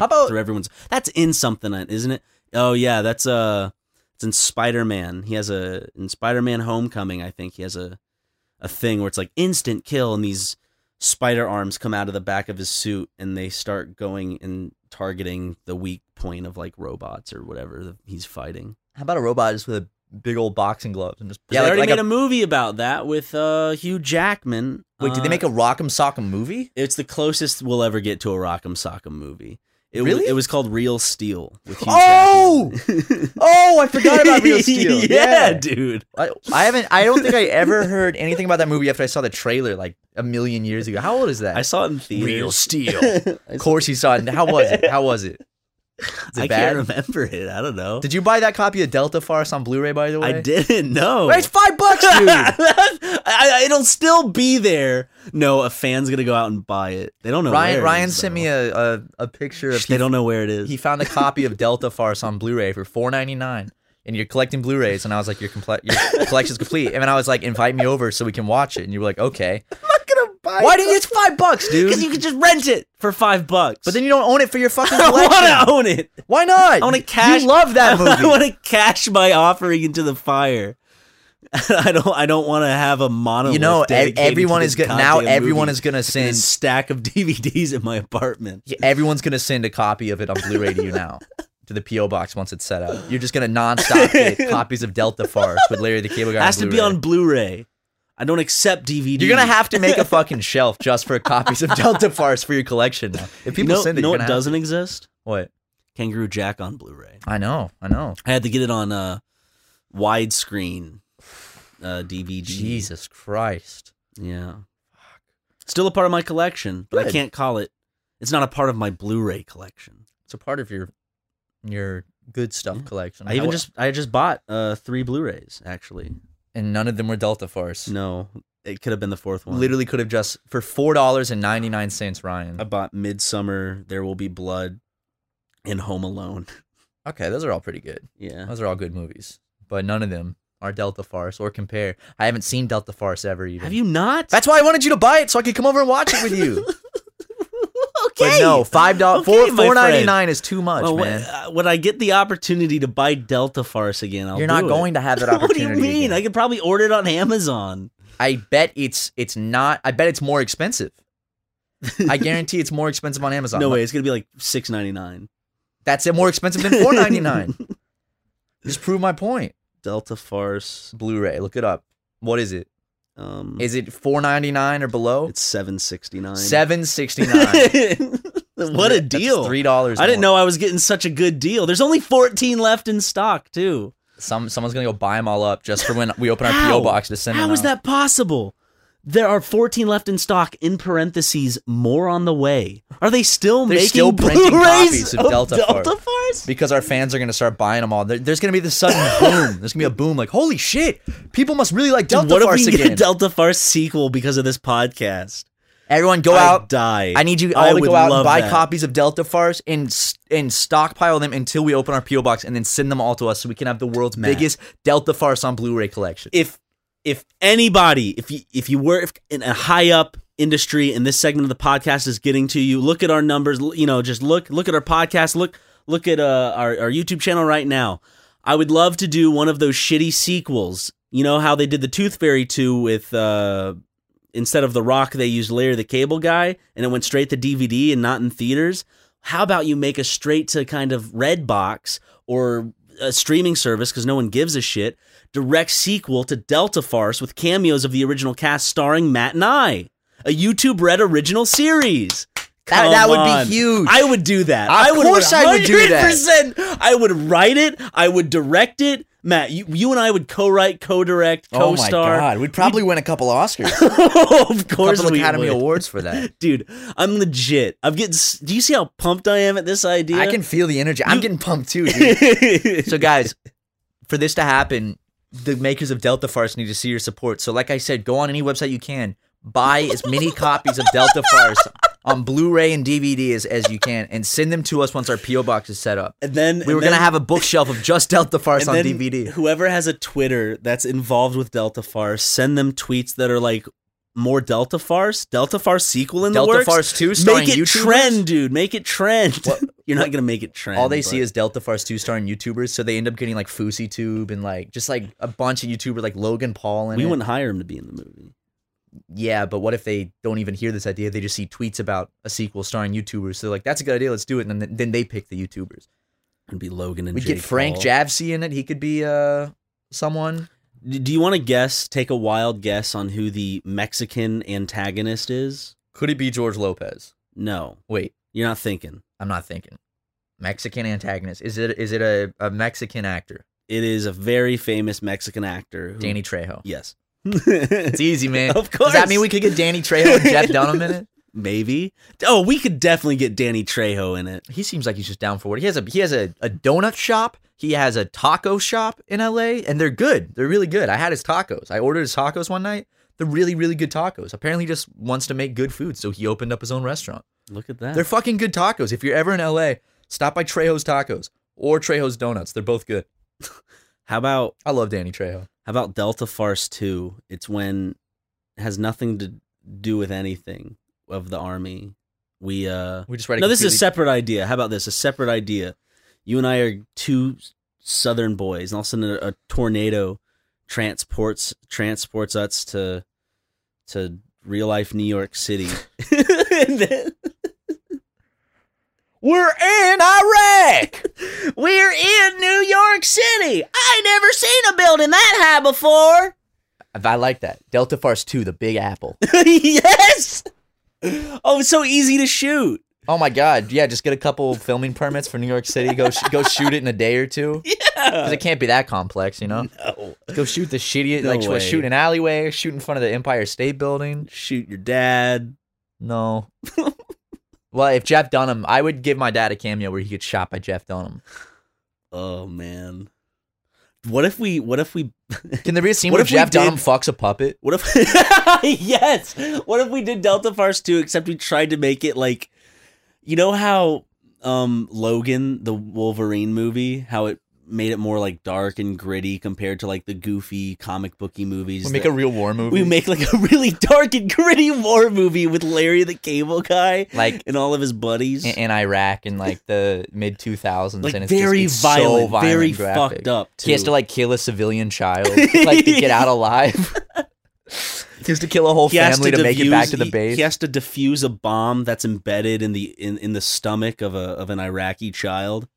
Speaker 3: [LAUGHS] How about-
Speaker 4: through everyone's that's in something isn't it oh yeah that's uh it's in spider-man he has a in spider-man homecoming i think he has a a thing where it's like instant kill and these spider arms come out of the back of his suit and they start going and targeting the weak point of like robots or whatever that he's fighting
Speaker 3: how about a robot just with a big old boxing gloves and just
Speaker 4: yeah they
Speaker 3: like,
Speaker 4: already
Speaker 3: like
Speaker 4: made a, movie about that with uh hugh jackman
Speaker 3: wait? did they
Speaker 4: Uh,
Speaker 3: make a Rock'em Sock'em movie?
Speaker 4: it's the closest we'll ever get to a Rock'em Sock'em movie. It, w-
Speaker 3: Really?
Speaker 4: it was called Real Steel. With Hugh
Speaker 3: Oh,
Speaker 4: Jackman.
Speaker 3: oh, I forgot about [LAUGHS]
Speaker 4: [LAUGHS]
Speaker 3: Real Steel.
Speaker 4: yeah, dude.
Speaker 3: I, I haven't. I don't think I ever heard anything about that movie after I saw the trailer like a million years ago. How old is that?
Speaker 4: [LAUGHS] I saw it in theaters. [LAUGHS]
Speaker 3: of course, you saw it. How was it? How was it? [LAUGHS] Is it
Speaker 4: I
Speaker 3: bad?
Speaker 4: can't remember it. I don't know.
Speaker 3: Did you buy that copy of Delta Farce on Blu-ray? By the way,
Speaker 4: I didn't [LAUGHS] know.
Speaker 3: It's five bucks, [LAUGHS] dude.
Speaker 4: I- it'll still be there. No, a fan's gonna go out and buy it. They don't know.
Speaker 3: Ryan
Speaker 4: where
Speaker 3: Ryan sent me a, a, a picture of
Speaker 4: They don't know where it is.
Speaker 3: he found a copy of Delta Farce on Blu-ray for four ninety nine. And you're collecting Blu-rays, and I was like, "Your, comple- your collection's complete." And then I was like, "Invite me over so we can watch it." And you were like, "Okay." Why didn't you? It's five bucks,
Speaker 4: Because
Speaker 3: dude.
Speaker 4: you could just rent it for five bucks.
Speaker 3: But then you don't own it for your fucking
Speaker 4: [LAUGHS] I
Speaker 3: collection.
Speaker 4: want to own it.
Speaker 3: Why not?
Speaker 4: I want
Speaker 3: You-
Speaker 4: to cash.
Speaker 3: You love that movie.
Speaker 4: [LAUGHS] I want to cash my offering into the fire. [LAUGHS] I don't. I don't want to have a monolith.
Speaker 3: you know, ev-
Speaker 4: dedicated
Speaker 3: everyone
Speaker 4: to
Speaker 3: is
Speaker 4: this
Speaker 3: going now.
Speaker 4: goddamn
Speaker 3: Everyone
Speaker 4: movie
Speaker 3: is going to
Speaker 4: and a
Speaker 3: send.
Speaker 4: stack of [LAUGHS] DVDs in my apartment.
Speaker 3: yeah, Everyone's going to send a copy of it on Blu-ray to you now. To the PO box once it's set up. You're just going to nonstop
Speaker 4: [LAUGHS]
Speaker 3: get copies of Delta Farce with Larry the Cable Guy.
Speaker 4: It has
Speaker 3: on
Speaker 4: to be
Speaker 3: Blu-ray.
Speaker 4: on Blu-ray. I don't accept DVDs.
Speaker 3: You're gonna have to
Speaker 4: [LAUGHS]
Speaker 3: make a fucking shelf just for copies of Delta Farce for your collection now. If people
Speaker 4: you know,
Speaker 3: send it,
Speaker 4: you know
Speaker 3: you're
Speaker 4: what
Speaker 3: gonna have
Speaker 4: doesn't exist?
Speaker 3: to- what?
Speaker 4: Kangaroo Jack on Blu-ray.
Speaker 3: I know, I know.
Speaker 4: I had to get it on uh, widescreen uh, DVD.
Speaker 3: Jesus Christ.
Speaker 4: Yeah. Still a part of my collection, but I
Speaker 3: Good.
Speaker 4: can't call it. It's not a part of my Blu-ray collection.
Speaker 3: It's a part of your your good stuff collection.
Speaker 4: I even
Speaker 3: How-
Speaker 4: just I just bought uh three Blu-rays actually.
Speaker 3: and none of them were Delta Farce.
Speaker 4: No, it could have been the fourth one.
Speaker 3: Literally could have just for four dollars and ninety nine cents,
Speaker 4: I
Speaker 3: Ryan.
Speaker 4: bought Midsummer, There Will Be Blood, and Home Alone. [LAUGHS]
Speaker 3: Okay, those are all pretty good.
Speaker 4: Yeah,
Speaker 3: Those are all good movies, but none of them are Delta Farce or compare. I haven't seen Delta Farce ever. Even
Speaker 4: have you not?
Speaker 3: That's why I wanted you to buy it so I could come over and watch it with
Speaker 4: [LAUGHS]
Speaker 3: you.
Speaker 4: okay.
Speaker 3: But no, five dollars,
Speaker 4: Okay, my
Speaker 3: four ninety
Speaker 4: friend.
Speaker 3: nine is too much,
Speaker 4: Well,
Speaker 3: man.
Speaker 4: when, uh, when I get the opportunity to buy Delta Farce again, I'll
Speaker 3: You're not
Speaker 4: do it.
Speaker 3: going to have that
Speaker 4: [LAUGHS] what do
Speaker 3: opportunity.
Speaker 4: you mean?
Speaker 3: again.
Speaker 4: I could probably order it on Amazon.
Speaker 3: I bet it's it's not. I bet it's more expensive. I guarantee it's more expensive on Amazon.
Speaker 4: No way, it's gonna be like six ninety nine.
Speaker 3: That's it. More expensive than four ninety
Speaker 4: [LAUGHS]
Speaker 3: nine. Just prove my point.
Speaker 4: Delta Farce.
Speaker 3: Blu-ray. Look it up. What is it?
Speaker 4: Um,
Speaker 3: Is it four ninety nine or below?
Speaker 4: it's seven sixty nine.
Speaker 3: Seven sixty [LAUGHS]
Speaker 4: [LAUGHS]
Speaker 3: nine.
Speaker 4: what a deal!
Speaker 3: Three dollars.
Speaker 4: I didn't know I was getting such a good deal. There's only 14 left in stock too.
Speaker 3: Some someone's gonna go buy them all up just for when we open our
Speaker 4: How?
Speaker 3: PO box to send.
Speaker 4: How
Speaker 3: them
Speaker 4: is
Speaker 3: out.
Speaker 4: that possible? There are 14 left in stock. In parentheses, more on the way. Are they still
Speaker 3: They're
Speaker 4: making
Speaker 3: still printing
Speaker 4: Blu-rays
Speaker 3: copies of Delta Force.
Speaker 4: Delta Force?
Speaker 3: because our fans are going to start buying them all. There- there's going to be this
Speaker 4: [LAUGHS]
Speaker 3: sudden boom. There's going to be a boom like, holy shit, people must really like Delta
Speaker 4: Dude, what if we
Speaker 3: Farce
Speaker 4: can get
Speaker 3: again.
Speaker 4: a Delta Farce sequel because of this podcast?
Speaker 3: Everyone go
Speaker 4: I'd
Speaker 3: out.
Speaker 4: die.
Speaker 3: I need you
Speaker 4: I
Speaker 3: all to
Speaker 4: would
Speaker 3: go out
Speaker 4: love
Speaker 3: and buy
Speaker 4: that.
Speaker 3: copies of Delta Farce and s- and stockpile them until we open our PO box and then send them all to us so we can have the world's
Speaker 4: Matt.
Speaker 3: biggest Delta Farce on Blu-ray collection.
Speaker 4: If if anybody, if you if you work in a high up industry and this segment of the podcast is getting to you, look at our numbers. l- You know, just look look at our podcast. Look look at uh, our our YouTube channel right now. I would love to do one of those shitty sequels. You know how they did the Tooth Fairy two with. uh instead of The Rock, they used Larry the Cable Guy, and it went straight to DVD and not in theaters. How about you make a straight to kind of Redbox or a streaming service because no one gives a shit, direct sequel to Delta Farce with cameos of the original cast starring Matt and I, a YouTube Red original series.
Speaker 6: That-
Speaker 4: Come
Speaker 6: that would be
Speaker 4: on.
Speaker 6: huge.
Speaker 4: I would do that.
Speaker 6: Of
Speaker 4: I would
Speaker 6: course I would do that.
Speaker 4: 100%. I would write it. I would direct it. Matt, you, you and I would co-write, co-direct,
Speaker 6: Oh my
Speaker 4: co-star.
Speaker 6: God, we'd probably win a couple Oscars,
Speaker 4: [LAUGHS] of course,
Speaker 6: couple
Speaker 4: we
Speaker 6: Academy
Speaker 4: would.
Speaker 6: Awards for
Speaker 4: [LAUGHS]
Speaker 6: that.
Speaker 4: dude. I'm legit. I'm getting. s- Do you see how pumped I am at this idea?
Speaker 6: I
Speaker 4: [LAUGHS]
Speaker 6: can feel the energy. I'm getting pumped too, dude.
Speaker 3: So guys, for this to happen, the makers of Delta Farce need to see your support. So like I said, go on any website you can, buy as
Speaker 4: [LAUGHS]
Speaker 3: many copies of Delta Farce on Blu-ray and DVD as, as you can, and send them to us once our PO box is set up.
Speaker 4: And then
Speaker 3: We were gonna have a bookshelf of just Delta Farce on
Speaker 4: [LAUGHS] and then
Speaker 3: DVD.
Speaker 4: Whoever has a Twitter that's involved with Delta Farce, send them tweets that are like more Delta Farce, Delta Farce sequel in
Speaker 3: Delta
Speaker 4: the works.
Speaker 3: Farce 2 starring
Speaker 4: Make it
Speaker 3: YouTubers?
Speaker 4: trend, dude. Make it trend. [LAUGHS] You're not gonna make it trend.
Speaker 3: All they see
Speaker 4: but-
Speaker 3: is Delta Farce 2 starring YouTubers, so they end up getting like Fousey Tube and like just like a bunch of YouTubers like Logan Paul and
Speaker 4: we wouldn't hire him to be in the movie.
Speaker 3: yeah, but what if they don't even hear this idea? They just see tweets about a sequel starring YouTubers. So they're like, that's a good idea, let's do it. And then, then they pick the YouTubers.
Speaker 4: It'd be Logan and
Speaker 3: We
Speaker 4: Jake
Speaker 3: get Frank
Speaker 4: Paul.
Speaker 3: Javsey in it. He could be uh someone.
Speaker 4: D- Do you want to guess? Take a wild guess on who the Mexican antagonist is.
Speaker 3: Could it be George Lopez?
Speaker 4: No,
Speaker 3: Wait,
Speaker 4: you're not thinking.
Speaker 3: I'm not thinking. Mexican antagonist. Is it is it a, a Mexican actor?
Speaker 4: It is a very famous Mexican actor. Who,
Speaker 3: Danny Trejo.
Speaker 4: [LAUGHS] Yes.
Speaker 3: [LAUGHS] It's easy, [LAUGHS] man.
Speaker 4: Of
Speaker 3: Does that
Speaker 4: course.
Speaker 3: mean we could get Danny Trejo and [LAUGHS] Jeff Dunham in it?
Speaker 4: Maybe. Oh, we could definitely get Danny Trejo in it.
Speaker 3: He seems like he's just down for it. He has a he has a, a donut shop. He has a taco shop in LA, and they're good. They're really good. I had his tacos. I ordered his tacos one night. They're really, really good tacos. Apparently, he just wants to make good food, so he opened up his own restaurant.
Speaker 4: Look at that.
Speaker 3: They're fucking good tacos. If you're ever in LA, stop by Trejo's Tacos or Trejo's Donuts. They're both good.
Speaker 4: how about
Speaker 3: I love Danny Trejo.
Speaker 4: how about Delta Farce 2? It's when it has nothing to do with anything of the army. We uh
Speaker 3: We just write.
Speaker 4: No, this is a
Speaker 3: completely-
Speaker 4: separate idea. How about this? A separate idea. You and I are two southern boys, and all of a sudden a, a tornado transports transports us to to real life New York City. [LAUGHS] and then
Speaker 3: We're in Iraq.
Speaker 4: We're in New York City. I never seen a building that high before.
Speaker 3: I like that. Delta Farce Two, the Big Apple.
Speaker 4: [LAUGHS] yes. Oh, it's so easy to shoot.
Speaker 3: Oh my God! Yeah, just get a couple filming permits for New York City. Go sh- go shoot it in a day or
Speaker 4: [LAUGHS]
Speaker 3: two. Yeah, because it can't be that complex, you know.
Speaker 4: Oh,
Speaker 3: Go shoot the shitty,
Speaker 4: No
Speaker 3: like
Speaker 4: way.
Speaker 3: shoot an alleyway, shoot in front of the Empire State Building.
Speaker 4: shoot your dad. [LAUGHS]
Speaker 3: No. well, if Jeff Dunham, I would give my dad a cameo where he gets shot by Jeff Dunham.
Speaker 4: Oh man. What if we? What if we?
Speaker 3: Can there be a scene
Speaker 4: [LAUGHS] What
Speaker 3: where
Speaker 4: if we
Speaker 3: Jeff
Speaker 4: did-
Speaker 3: Dunham fucks a puppet?
Speaker 4: What if? [LAUGHS] yes. What if we did Delta Farce too? Except we tried to make it like, you know how um Logan the Wolverine movie, how it made it more like dark and gritty compared to like the goofy comic booky movies.
Speaker 3: We make
Speaker 4: that-
Speaker 3: a real war movie.
Speaker 4: we make like a really dark and gritty war movie with Larry the Cable Guy
Speaker 3: [LAUGHS]
Speaker 4: [LAUGHS]
Speaker 3: like
Speaker 4: and all of his buddies.
Speaker 3: in, in Iraq in like the mid two thousands,
Speaker 4: like
Speaker 3: and it's
Speaker 4: very
Speaker 3: just, it's so
Speaker 4: violent, very
Speaker 3: graphic.
Speaker 4: fucked up. Too.
Speaker 3: He has to like kill a civilian
Speaker 4: [LAUGHS]
Speaker 3: child, [LAUGHS] like to get out alive. he has to kill a whole
Speaker 4: He has
Speaker 3: family to, make it
Speaker 4: defuse-
Speaker 3: back to the
Speaker 4: he-
Speaker 3: base.
Speaker 4: He has to defuse a bomb that's embedded in the in, in the stomach of a of an Iraqi child,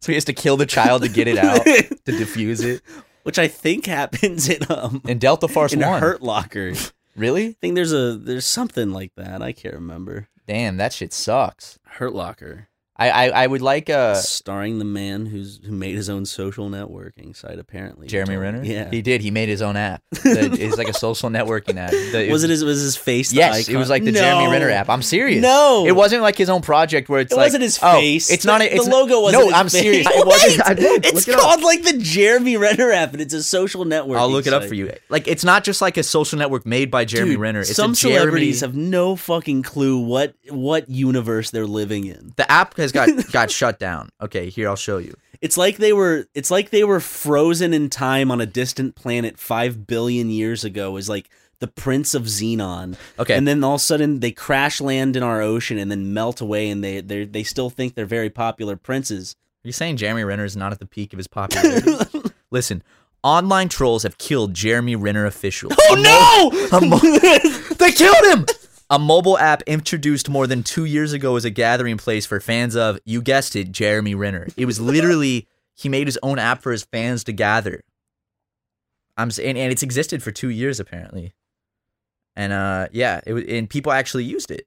Speaker 3: so he has to kill the child to get
Speaker 4: [LAUGHS]
Speaker 3: it out to defuse it.
Speaker 4: which I think [LAUGHS] happens in um
Speaker 3: In Delta Force
Speaker 4: in
Speaker 3: One,
Speaker 4: Hurt Locker. I
Speaker 3: really?
Speaker 4: think there's a there's something like that. I can't remember.
Speaker 3: Damn, that shit sucks.
Speaker 4: Hurt Locker,
Speaker 3: I I, I would like uh
Speaker 4: starring the man who's who made his own social networking site. Apparently,
Speaker 3: Jeremy Renner.
Speaker 4: Yeah,
Speaker 3: he did. He made his own
Speaker 4: [LAUGHS]
Speaker 3: app. The- it's like a social networking app. The-
Speaker 4: was it his was his face? the
Speaker 3: Yes, it
Speaker 4: icon?
Speaker 3: was like the
Speaker 4: No.
Speaker 3: Jeremy Renner app. I'm serious.
Speaker 4: No.
Speaker 3: it wasn't like his own project where it's
Speaker 4: It
Speaker 3: like
Speaker 4: wasn't his
Speaker 3: oh,
Speaker 4: face.
Speaker 3: It's not.
Speaker 4: The-
Speaker 3: a- It's
Speaker 4: the logo wasn't.
Speaker 3: No,
Speaker 4: his
Speaker 3: I'm
Speaker 4: face.
Speaker 3: serious.
Speaker 4: [LAUGHS] Wait,
Speaker 3: It wasn't. [LAUGHS] I looked-
Speaker 4: it's
Speaker 3: look it up.
Speaker 4: called like the Jeremy Renner app, and it's a social network.
Speaker 3: I'll look it up for you. Like it's not just like a social network made by Jeremy Renner. It's
Speaker 4: some
Speaker 3: a Jeremy,
Speaker 4: celebrities have no fucking clue what what universe they're living in.
Speaker 3: the app has
Speaker 4: [LAUGHS]
Speaker 3: got got shut down. Okay, here I'll show you.
Speaker 4: It's like they were. It's like they were frozen in time on a distant planet five billion years ago. Is like the Prince of Xenon.
Speaker 3: Okay.
Speaker 4: and then all of a sudden they crash land in our ocean and then melt away, and they they they still think they're very popular princes.
Speaker 3: Are you saying Jeremy Renner is not at the peak of his popularity? Listen, online trolls have killed Jeremy Renner official.
Speaker 4: Oh
Speaker 3: A mo- they killed him. A mobile app introduced more than two years ago as a gathering place for fans of, you guessed it, Jeremy Renner. It was literally He made his own app for his fans to gather. I'm s- and, and it's existed for two years apparently, and uh yeah, it wa- and people actually used it.